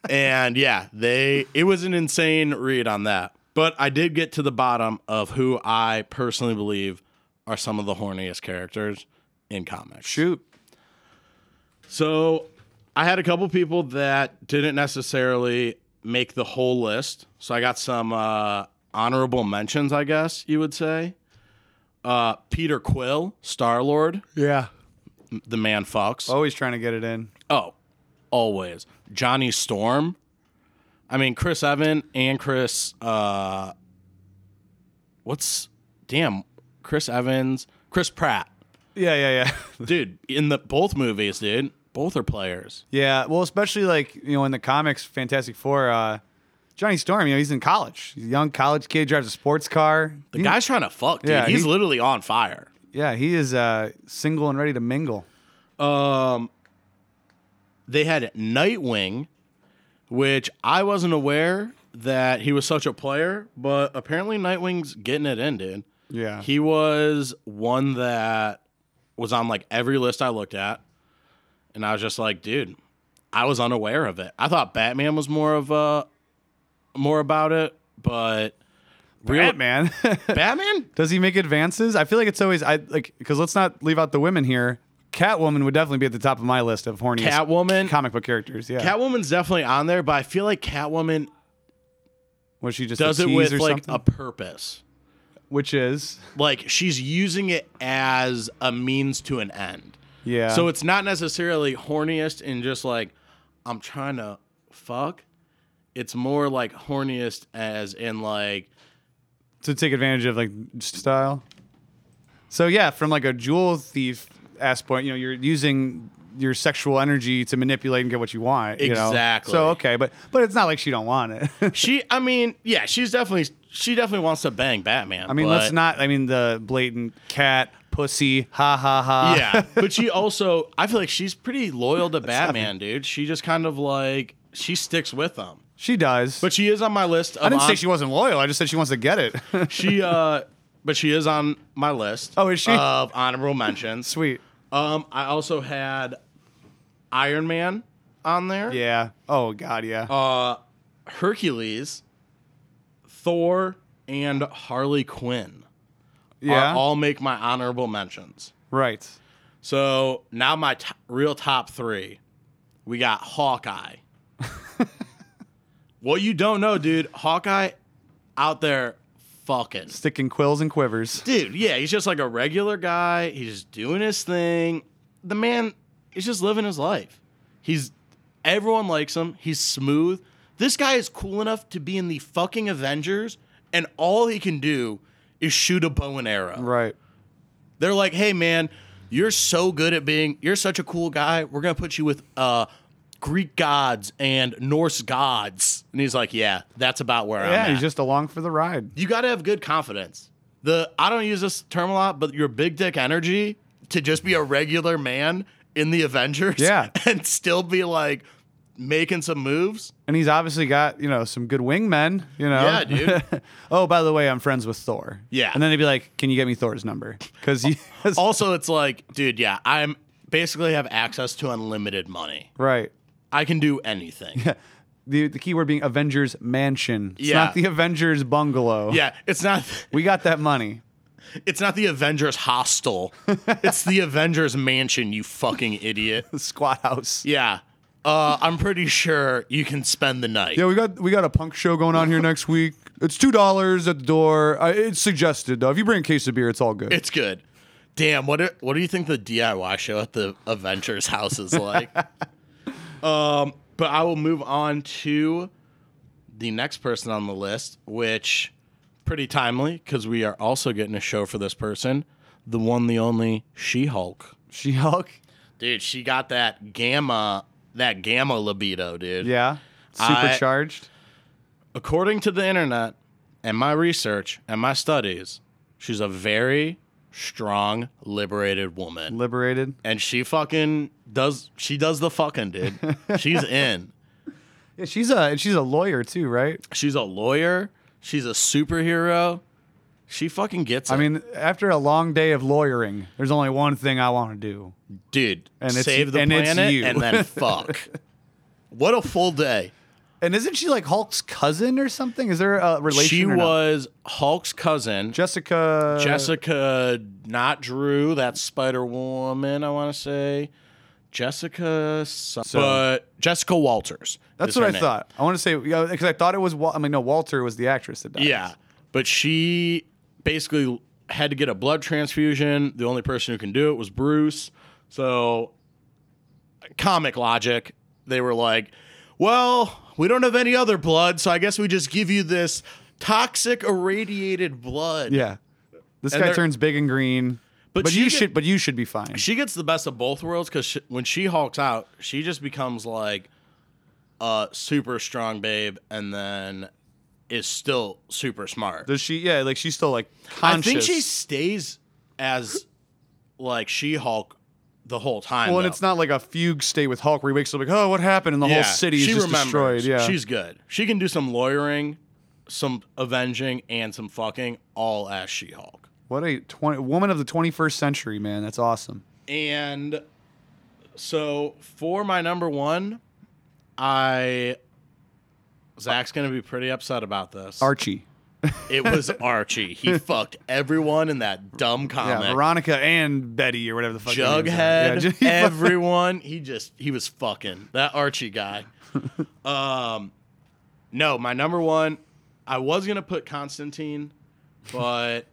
[SPEAKER 1] And yeah, they it was an insane read on that. But I did get to the bottom of who I personally believe are some of the horniest characters in comics.
[SPEAKER 2] Shoot.
[SPEAKER 1] So I had a couple people that didn't necessarily make the whole list. So I got some uh, honorable mentions, I guess you would say. Uh, Peter Quill, Star Lord,
[SPEAKER 2] Yeah.
[SPEAKER 1] the man fucks.
[SPEAKER 2] Always trying to get it in.
[SPEAKER 1] Oh, always. Johnny Storm. I mean, Chris Evan and Chris. Uh, what's damn? Chris Evans, Chris Pratt,
[SPEAKER 2] Yeah, yeah, yeah.
[SPEAKER 1] dude. In the both movies, dude. Both are players.
[SPEAKER 2] yeah. Well, especially like, you know, in the comics, Fantastic Four, uh, Johnny Storm, you know, he's in college. He's a young college kid, drives a sports car.
[SPEAKER 1] The guy's trying to fuck, dude.
[SPEAKER 2] Yeah,
[SPEAKER 1] He's
[SPEAKER 2] he-
[SPEAKER 1] literally on fire.
[SPEAKER 2] Yeah, he is uh, single and ready to mingle.
[SPEAKER 1] Um, they had Nightwing, which I wasn't aware that he was such a player, but apparently Nightwing's getting it in, dude.
[SPEAKER 2] Yeah.
[SPEAKER 1] He was one that was on like every list I looked at. And I was just like, dude, I was unaware of it. I thought Batman was more of a more about it, but real-
[SPEAKER 2] Batman.
[SPEAKER 1] Batman?
[SPEAKER 2] Does he make advances? I feel like it's always I like because let's not leave out the women here. Catwoman would definitely be at the top of my list of horniest
[SPEAKER 1] Catwoman?
[SPEAKER 2] comic book characters. Yeah,
[SPEAKER 1] Catwoman's definitely on there, but I feel like Catwoman
[SPEAKER 2] was she just
[SPEAKER 1] does
[SPEAKER 2] a
[SPEAKER 1] it
[SPEAKER 2] tease
[SPEAKER 1] with
[SPEAKER 2] or
[SPEAKER 1] like
[SPEAKER 2] something?
[SPEAKER 1] a purpose.
[SPEAKER 2] which is
[SPEAKER 1] Like she's using it as a means to an end.
[SPEAKER 2] yeah.
[SPEAKER 1] So it's not necessarily horniest and just like I'm trying to fuck. It's more like horniest as in like
[SPEAKER 2] to take advantage of like style. So yeah, from like a jewel thief aspect, you know, you're using your sexual energy to manipulate and get what you want. you know?
[SPEAKER 1] Exactly.
[SPEAKER 2] So okay, but but it's not like she don't want it.
[SPEAKER 1] she. I mean, yeah, she's definitely she definitely wants to bang Batman.
[SPEAKER 2] I mean, let's not. I mean, the blatant cat pussy. Ha ha ha.
[SPEAKER 1] Yeah, but she also I feel like she's pretty loyal to Batman, dude. She just kind of like she sticks with them.
[SPEAKER 2] she does.
[SPEAKER 1] But she is on my list. Of
[SPEAKER 2] I didn't say
[SPEAKER 1] on-
[SPEAKER 2] she wasn't loyal. I just said she wants to get it.
[SPEAKER 1] she. Uh, but she is on my list.
[SPEAKER 2] Oh, is she?
[SPEAKER 1] of honorable mentions?
[SPEAKER 2] Sweet.
[SPEAKER 1] Um, I also had Iron Man on there.
[SPEAKER 2] Yeah. Oh God. Yeah.
[SPEAKER 1] Uh, Hercules, Thor, and Harley Quinn
[SPEAKER 2] yeah.
[SPEAKER 1] are all make my honorable mentions.
[SPEAKER 2] right.
[SPEAKER 1] So now my t- real top three, we got Hawkeye. what you don't know, dude, Hawkeye out there fucking.
[SPEAKER 2] Sticking quills and quivers.
[SPEAKER 1] Dude, yeah, he's just like a regular guy. He's just doing his thing. The man is just living his life. He's everyone likes him. He's smooth. This guy is cool enough to be in the fucking Avengers, and all he can do is shoot a bow and arrow.
[SPEAKER 2] Right.
[SPEAKER 1] They're like, hey man, you're so good at being you're such a cool guy. We're gonna put you with uh Greek gods and Norse gods. And he's like, Yeah, that's about where
[SPEAKER 2] yeah.
[SPEAKER 1] I'm
[SPEAKER 2] He's
[SPEAKER 1] at."
[SPEAKER 2] just along for the ride.
[SPEAKER 1] you gotta have good confidence. The I don't use this term a lot, but your big dick energy to just be a regular man in the Avengers
[SPEAKER 2] Yeah.
[SPEAKER 1] and still be like making some moves.
[SPEAKER 2] And he's obviously got you know some good wingmen. You know.
[SPEAKER 1] Yeah, dude.
[SPEAKER 2] oh, by the way, I'm friends with Thor.
[SPEAKER 1] Yeah.
[SPEAKER 2] And then they'd be like, "Can you get me Thor's number?" Because he.
[SPEAKER 1] Also, it's like, dude, yeah, I'm basically have access to unlimited money.
[SPEAKER 2] right.
[SPEAKER 1] I can do anything.
[SPEAKER 2] The the key word being Avengers Mansion. It's
[SPEAKER 1] Yeah.
[SPEAKER 2] Not the Avengers Bungalow.
[SPEAKER 1] yeah, it's not
[SPEAKER 2] We got that money.
[SPEAKER 1] It's not the Avengers hostel. it's the Avengers mansion, you fucking idiot.
[SPEAKER 2] The squat house.
[SPEAKER 1] Yeah. Uh, I'm pretty sure you can spend the night.
[SPEAKER 2] Yeah, we got we got a punk show going on here next week. It's two dollars at the door. Uh, it's suggested though. If you bring a case of beer, it's all good.
[SPEAKER 1] It's good. Damn, what do, what do you think the DIY show at the Avengers house is like? um, but I will move on to the next person on the list, which pretty timely because we are also getting a show for this person, the one, the only She-Hulk.
[SPEAKER 2] she Hulk.
[SPEAKER 1] Dude, she got that gamma, that gamma libido, dude.
[SPEAKER 2] Yeah. Supercharged.
[SPEAKER 1] according to the internet and my research and my studies, she's a very strong, liberated woman.
[SPEAKER 2] liberated.
[SPEAKER 1] And she fucking does she does the fucking dude. She's in.
[SPEAKER 2] Yeah, she's a and she's a lawyer too, right?
[SPEAKER 1] She's a lawyer. She's a superhero. She fucking gets it.
[SPEAKER 2] I mean, after a long day of lawyering, there's only one thing I want to do.
[SPEAKER 1] dude,
[SPEAKER 2] and it's-
[SPEAKER 1] save the
[SPEAKER 2] and it's
[SPEAKER 1] planet
[SPEAKER 2] you.
[SPEAKER 1] and then fuck. what a full day.
[SPEAKER 2] And isn't she like Hulk's cousin or something? Is there a relation?
[SPEAKER 1] She
[SPEAKER 2] or uh, no?
[SPEAKER 1] was Hulk's cousin.
[SPEAKER 2] Jessica.
[SPEAKER 1] Jessica, not Drew. That's Spider Woman. I want to say Jessica, so- but Jessica Walters.
[SPEAKER 2] That's
[SPEAKER 1] is
[SPEAKER 2] what
[SPEAKER 1] her
[SPEAKER 2] I
[SPEAKER 1] name.
[SPEAKER 2] thought. I want to say because I thought it was. Wa- I mean, no, Walter was the actress that died.
[SPEAKER 1] Yeah, but she basically had to get a blood transfusion. The only person who can do it was Bruce. So, comic logic, they were like, "Well, we don't have any other blood, so I guess we just give you this toxic irradiated blood."
[SPEAKER 2] Yeah. This
[SPEAKER 1] And
[SPEAKER 2] guy
[SPEAKER 1] they're-
[SPEAKER 2] turns big and green.
[SPEAKER 1] But
[SPEAKER 2] But,
[SPEAKER 1] she
[SPEAKER 2] you
[SPEAKER 1] get-
[SPEAKER 2] should. But you should be fine.
[SPEAKER 1] she gets the best of both worlds because she, when she hulks out, she just becomes like a super strong babe, and then is still super smart.
[SPEAKER 2] Does she? Yeah, like she's still like
[SPEAKER 1] I
[SPEAKER 2] conscious.
[SPEAKER 1] think she stays as like She Hulk the whole time.
[SPEAKER 2] Well, and
[SPEAKER 1] though.
[SPEAKER 2] it's not like a fugue state with Hulk where he wakes up like, oh, what happened? And the whole city is
[SPEAKER 1] she
[SPEAKER 2] just
[SPEAKER 1] remembers.
[SPEAKER 2] destroyed. Yeah.
[SPEAKER 1] She's good. She can do some lawyering, some avenging, and some fucking all as She Hulk.
[SPEAKER 2] what a 20, woman of the 21st century, man. That's awesome.
[SPEAKER 1] And so for my number one, I Zach's gonna be pretty upset about this.
[SPEAKER 2] Archie.
[SPEAKER 1] it was Archie. He fucked everyone in that dumb
[SPEAKER 2] Yeah,
[SPEAKER 1] comic.
[SPEAKER 2] Veronica and Betty or whatever the fuck. her names are. Yeah,
[SPEAKER 1] Oh, Jughead,
[SPEAKER 2] just-
[SPEAKER 1] everyone. He just he was fucking that Archie guy. um, no, my number one. I was gonna put Constantine, but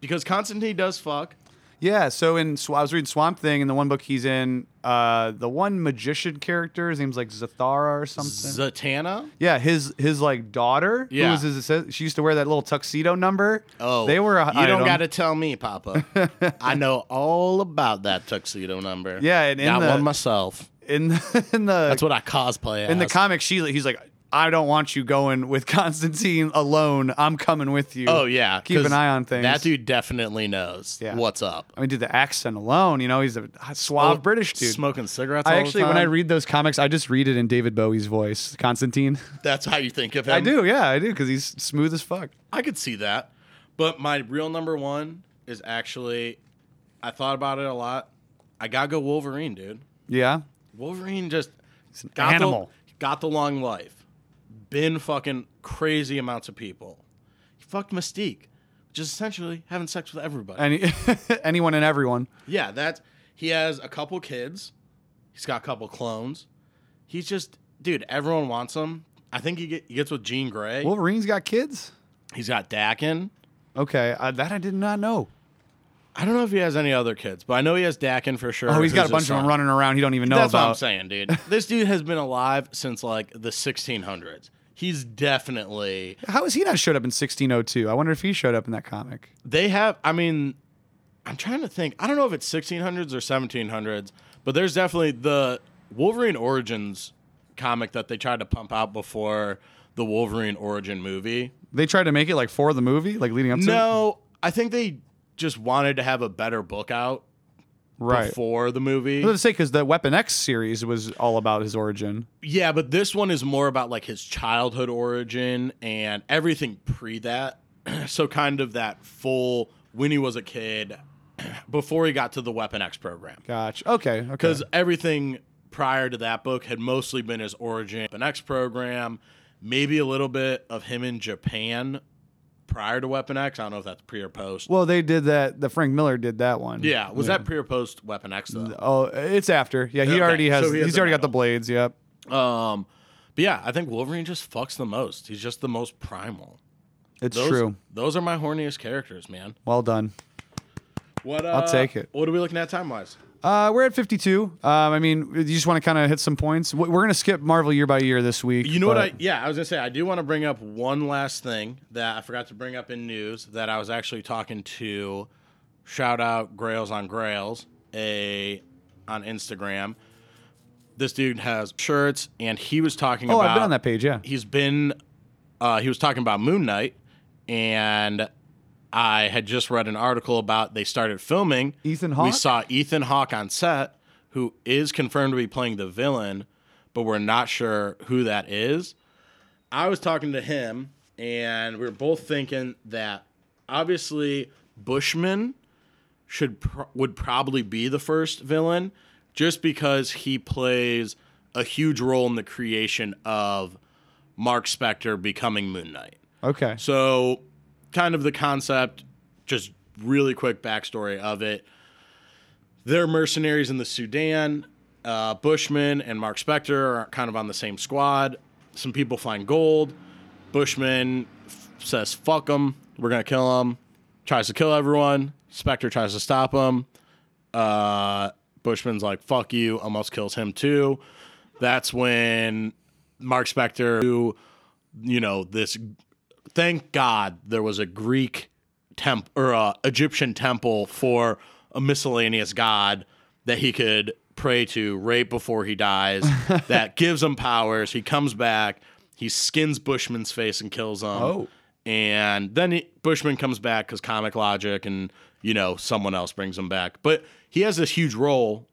[SPEAKER 1] because Constantine does fuck.
[SPEAKER 2] Yeah, so in Sw- I was reading Swamp Thing, and the one book he's in, uh, the one magician character, his name's like Zathara or something.
[SPEAKER 1] Zatanna.
[SPEAKER 2] yeah, his his like daughter, who
[SPEAKER 1] Yeah.
[SPEAKER 2] was his assist- she used to wear that little tuxedo number.
[SPEAKER 1] Oh,
[SPEAKER 2] they were. A
[SPEAKER 1] You don't
[SPEAKER 2] item.
[SPEAKER 1] got to tell me, Papa. I know all about that tuxedo number.
[SPEAKER 2] Yeah, and in
[SPEAKER 1] got
[SPEAKER 2] the-
[SPEAKER 1] one myself.
[SPEAKER 2] in the, in the
[SPEAKER 1] That's what I cosplay as.
[SPEAKER 2] in the comic. She he's like, I don't want you going with Constantine alone. I'm coming with you.
[SPEAKER 1] oh yeah,
[SPEAKER 2] keep
[SPEAKER 1] 'cause
[SPEAKER 2] an eye on things.
[SPEAKER 1] That dude definitely knows
[SPEAKER 2] Yeah.
[SPEAKER 1] what's up.
[SPEAKER 2] I mean, dude, the accent alone. You know, he's a suave British dude.
[SPEAKER 1] smoking cigarettes.
[SPEAKER 2] I
[SPEAKER 1] all the
[SPEAKER 2] actually, when I
[SPEAKER 1] time.
[SPEAKER 2] read those comics, I just read it in David Bowie's voice, Constantine. Um,
[SPEAKER 1] That's how you think of him.
[SPEAKER 2] I do, yeah, I do, because he's smooth as fuck.
[SPEAKER 1] I could see that. But my real number one is actually, I thought about it a lot. I gotta go Wolverine, dude.
[SPEAKER 2] Yeah,
[SPEAKER 1] Wolverine just
[SPEAKER 2] an
[SPEAKER 1] got
[SPEAKER 2] animal.
[SPEAKER 1] The, got the long life. Been fucking crazy amounts of people. He fucked Mystique, which is essentially having sex with everybody.
[SPEAKER 2] any anyone and everyone.
[SPEAKER 1] yeah, that's he has a couple kids. He's got a couple clones. He's just dude. Everyone wants him. I think he, get, he gets with Jean Grey.
[SPEAKER 2] Wolverine's got kids.
[SPEAKER 1] He's got Dakin.
[SPEAKER 2] Okay, uh, that I did not know.
[SPEAKER 1] I don't know if he has any other kids, but I know he has Dakin for sure.
[SPEAKER 2] Oh, he's got
[SPEAKER 1] who's his
[SPEAKER 2] a bunch of
[SPEAKER 1] son.
[SPEAKER 2] them running around. He don't even know
[SPEAKER 1] That's
[SPEAKER 2] about.
[SPEAKER 1] what I'm saying, dude. this dude has been alive since like the 1600s. He's definitely.
[SPEAKER 2] How has he not showed up in 1602? I wonder if he showed up in that comic.
[SPEAKER 1] They have. I mean, I'm trying to think. I don't know if it's 1600s or 1700s, but there's definitely the Wolverine Origins comic that they tried to pump out before the Wolverine Origin movie.
[SPEAKER 2] They tried to make it like for the movie, like leading up to it.
[SPEAKER 1] No, I think they just wanted to have a better book out
[SPEAKER 2] right.
[SPEAKER 1] before the movie.
[SPEAKER 2] I was gonna say because the Weapon X series was all about his origin.
[SPEAKER 1] Yeah, but this one is more about like his childhood origin and everything pre that. so kind of that full when he was a kid before he got to the Weapon X program.
[SPEAKER 2] Gotcha. Okay. Okay.
[SPEAKER 1] Because everything prior to that book had mostly been his origin, Weapon X program, maybe a little bit of him in Japan prior to Weapon X. I don't know if that's pre or post.
[SPEAKER 2] well, they did that. The Frank Miller did that one.
[SPEAKER 1] yeah, was that pre or post Weapon X though?
[SPEAKER 2] Oh, it's after. Yeah, he
[SPEAKER 1] Okay,
[SPEAKER 2] already has.
[SPEAKER 1] so he has
[SPEAKER 2] he's
[SPEAKER 1] the
[SPEAKER 2] already got
[SPEAKER 1] metal.
[SPEAKER 2] the blades. Yep.
[SPEAKER 1] Um, but yeah, I think Wolverine just fucks the most. He's just the most primal.
[SPEAKER 2] It's
[SPEAKER 1] Those,
[SPEAKER 2] true.
[SPEAKER 1] Those are my horniest characters, man.
[SPEAKER 2] Well done.
[SPEAKER 1] What? Uh,
[SPEAKER 2] I'll take it.
[SPEAKER 1] What are we looking at time wise?
[SPEAKER 2] Uh, we're at 52. Um, I mean, you just want to kind of hit some points. W- We're going to skip Marvel year by year this week.
[SPEAKER 1] You know what
[SPEAKER 2] but-
[SPEAKER 1] I? Yeah, I was gonna say I do want to bring up one last thing that I forgot to bring up in news that I was actually talking to. Shout out Grails on Grails a on Instagram. This dude has shirts, and he was talking
[SPEAKER 2] Oh,
[SPEAKER 1] about.
[SPEAKER 2] I've been on that page. Yeah.
[SPEAKER 1] he's been uh, he was talking about Moon Knight, and I had just read an article about they started filming.
[SPEAKER 2] Ethan
[SPEAKER 1] We
[SPEAKER 2] Hawke?
[SPEAKER 1] saw Ethan Hawke on set, who is confirmed to be playing the villain, but we're not sure who that is. I was talking to him, and we were both thinking that obviously Bushman should pro- would probably be the first villain, just because he plays a huge role in the creation of Mark Spector becoming Moon Knight.
[SPEAKER 2] Okay.
[SPEAKER 1] So, kind of the concept, just really quick backstory of it. They're mercenaries in the Sudan. Uh, Bushman and Mark Spector are kind of on the same squad. Some people find gold. Bushman f- says, fuck them. We're going to kill them. Tries to kill everyone. Spector tries to stop him. Uh, Bushman's like, fuck you. Almost kills him too. That's when Mark Spector, who, you know, this thank God there was a Greek temp or a Egyptian temple for a miscellaneous god that he could pray to right before he dies. that gives him powers. He comes back. He skins Bushman's face and kills him.
[SPEAKER 2] Oh.
[SPEAKER 1] And then he, Bushman comes back because comic logic and you know someone else brings him back. But he has this huge role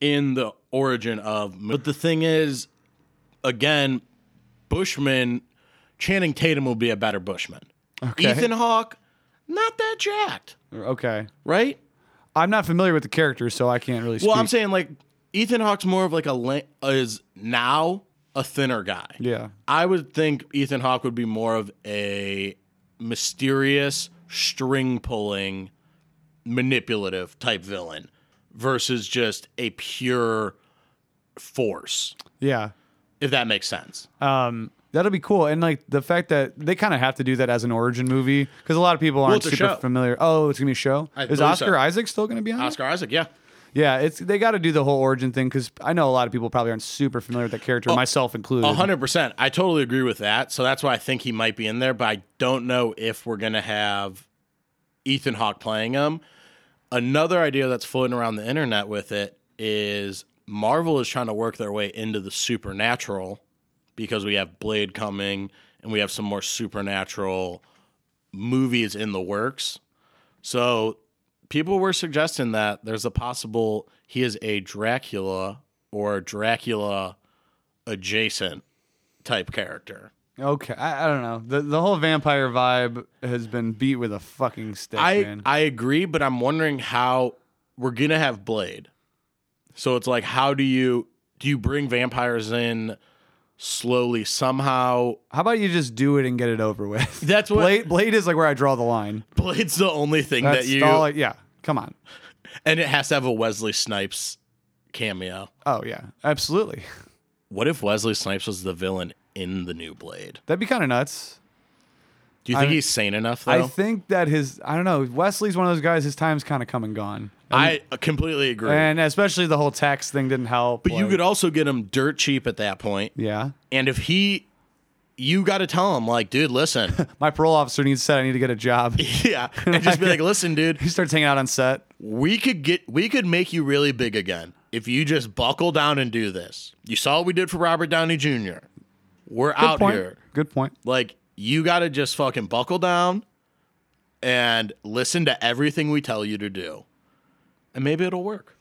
[SPEAKER 1] in the origin of. But the thing is, again, Bushman, Channing Tatum will be a better Bushman.
[SPEAKER 2] Okay.
[SPEAKER 1] Ethan Hawke, not that jacked,
[SPEAKER 2] Okay.
[SPEAKER 1] right?
[SPEAKER 2] I'm not familiar with the characters, so I can't really speak.
[SPEAKER 1] Well, I'm saying like Ethan Hawke's more of like a la- is now a thinner guy.
[SPEAKER 2] yeah.
[SPEAKER 1] I would think Ethan Hawke would be more of a mysterious, string pulling, manipulative type villain versus just a pure force,
[SPEAKER 2] Yeah.
[SPEAKER 1] if that makes sense.
[SPEAKER 2] Um, that'll be cool. And like the fact that they kind of have to do that as an origin movie because a lot of people aren't
[SPEAKER 1] it's a
[SPEAKER 2] super
[SPEAKER 1] show.
[SPEAKER 2] familiar. Oh, it's gonna be a show.
[SPEAKER 1] I
[SPEAKER 2] Is
[SPEAKER 1] believe
[SPEAKER 2] Oscar
[SPEAKER 1] so.
[SPEAKER 2] Isaac still gonna be on? it?
[SPEAKER 1] Oscar Isaac, yeah.
[SPEAKER 2] Yeah, it's they got to do the whole origin thing because I know a lot of people probably aren't super familiar with that character, myself included.
[SPEAKER 1] Oh, A hundred percent. I totally agree with that. So that's why I think he might be in there, but I don't know if we're gonna have Ethan Hawke playing him. Another idea that's floating around the internet with it is Marvel is trying to work their way into the supernatural because we have Blade coming and we have some more supernatural movies in the works. So people were suggesting that there's a possible he is a Dracula or Dracula adjacent type character.
[SPEAKER 2] Okay, I, I don't know. The the whole vampire vibe has been beat with a fucking stick,
[SPEAKER 1] I
[SPEAKER 2] man.
[SPEAKER 1] I agree, but I'm wondering how we're gonna have Blade. So it's like, how do you do you bring vampires in slowly somehow?
[SPEAKER 2] How about you just do it and get it over with?
[SPEAKER 1] That's what-
[SPEAKER 2] Blade Blade is like where I draw the line.
[SPEAKER 1] Blade's the only thing
[SPEAKER 2] That's
[SPEAKER 1] that you
[SPEAKER 2] all. I, yeah, come on.
[SPEAKER 1] and it has to have a Wesley Snipes cameo.
[SPEAKER 2] Oh yeah, absolutely.
[SPEAKER 1] What if Wesley Snipes was the villain in the new Blade?
[SPEAKER 2] That'd be kind of nuts.
[SPEAKER 1] Do you think he's sane enough though?
[SPEAKER 2] I think that his I don't know. Wesley's one of those guys. His time's kind of come and gone,
[SPEAKER 1] I completely agree.
[SPEAKER 2] and especially the whole tax thing didn't help.
[SPEAKER 1] but you
[SPEAKER 2] like-
[SPEAKER 1] could also get him dirt cheap at that point.
[SPEAKER 2] yeah.
[SPEAKER 1] And if he, you got to tell him, like, dude, listen.
[SPEAKER 2] My parole officer needs said I need to get a job.
[SPEAKER 1] yeah. And just be like, listen, dude,
[SPEAKER 2] he starts hanging out on set.
[SPEAKER 1] we could get, we could make you really big again if you just buckle down and do this. You saw what we did for Robert Downey Jr. We're
[SPEAKER 2] Good
[SPEAKER 1] out
[SPEAKER 2] point.
[SPEAKER 1] here.
[SPEAKER 2] Good point.
[SPEAKER 1] Like, you got to just fucking buckle down and listen to everything we tell you to do. And maybe it'll work.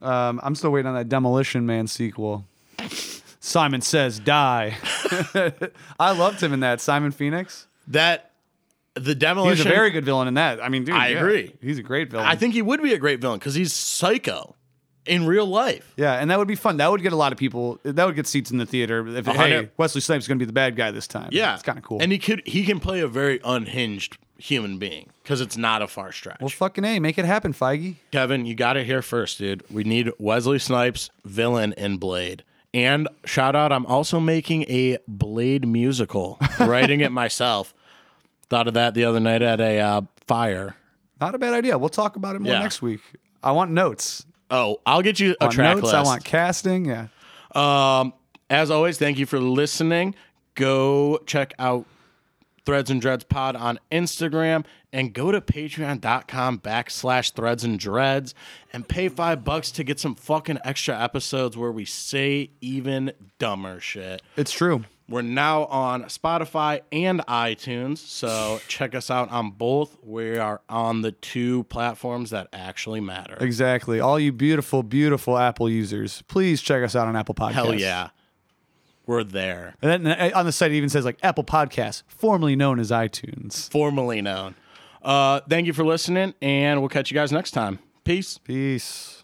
[SPEAKER 2] Um, I'm still waiting on that Demolition Man sequel. Simon says die. I loved him in that. Simon Phoenix.
[SPEAKER 1] That, the demolition.
[SPEAKER 2] He's a very good villain in that. I mean, dude,
[SPEAKER 1] I
[SPEAKER 2] yeah,
[SPEAKER 1] agree.
[SPEAKER 2] He's a great villain.
[SPEAKER 1] I think he would be a great villain because he's psycho in real life.
[SPEAKER 2] yeah, and that would be fun. That would get a lot of people. That would get seats in the theater. If hey,
[SPEAKER 1] hundred-
[SPEAKER 2] Wesley Snipes is going to be the bad guy this time.
[SPEAKER 1] Yeah,
[SPEAKER 2] it's kind of cool.
[SPEAKER 1] And he could he can play a very unhinged human being because it's not a far stretch.
[SPEAKER 2] well, fucking a, make it happen, Feige.
[SPEAKER 1] Kevin, you got it here first, dude. We need Wesley Snipes, villain in Blade. And shout out, I'm also making a Blade musical, writing it myself. Thought of that the other night at a uh, fire.
[SPEAKER 2] Not a bad idea. We'll talk about it more
[SPEAKER 1] Yeah.
[SPEAKER 2] next week. I want notes.
[SPEAKER 1] Oh, I'll get you a
[SPEAKER 2] On
[SPEAKER 1] track
[SPEAKER 2] notes.
[SPEAKER 1] list.
[SPEAKER 2] I want casting. Yeah.
[SPEAKER 1] Um, as always, thank you for listening. Go check out Threads and Dreads Pod on Instagram and go to patreon.com backslash threads and dreads and pay five bucks to get some fucking extra episodes where we say even dumber shit.
[SPEAKER 2] It's true.
[SPEAKER 1] We're now on Spotify and iTunes, so check us out on both. We are on the two platforms that actually matter.
[SPEAKER 2] Exactly. All you beautiful, beautiful Apple users, please check us out on Apple Podcasts.
[SPEAKER 1] Hell yeah. We're there.
[SPEAKER 2] And then uh, on the site, it even says like Apple Podcasts, formerly known as iTunes.
[SPEAKER 1] formerly known. Uh, thank you for listening, and we'll catch you guys next time. Peace.
[SPEAKER 2] Peace.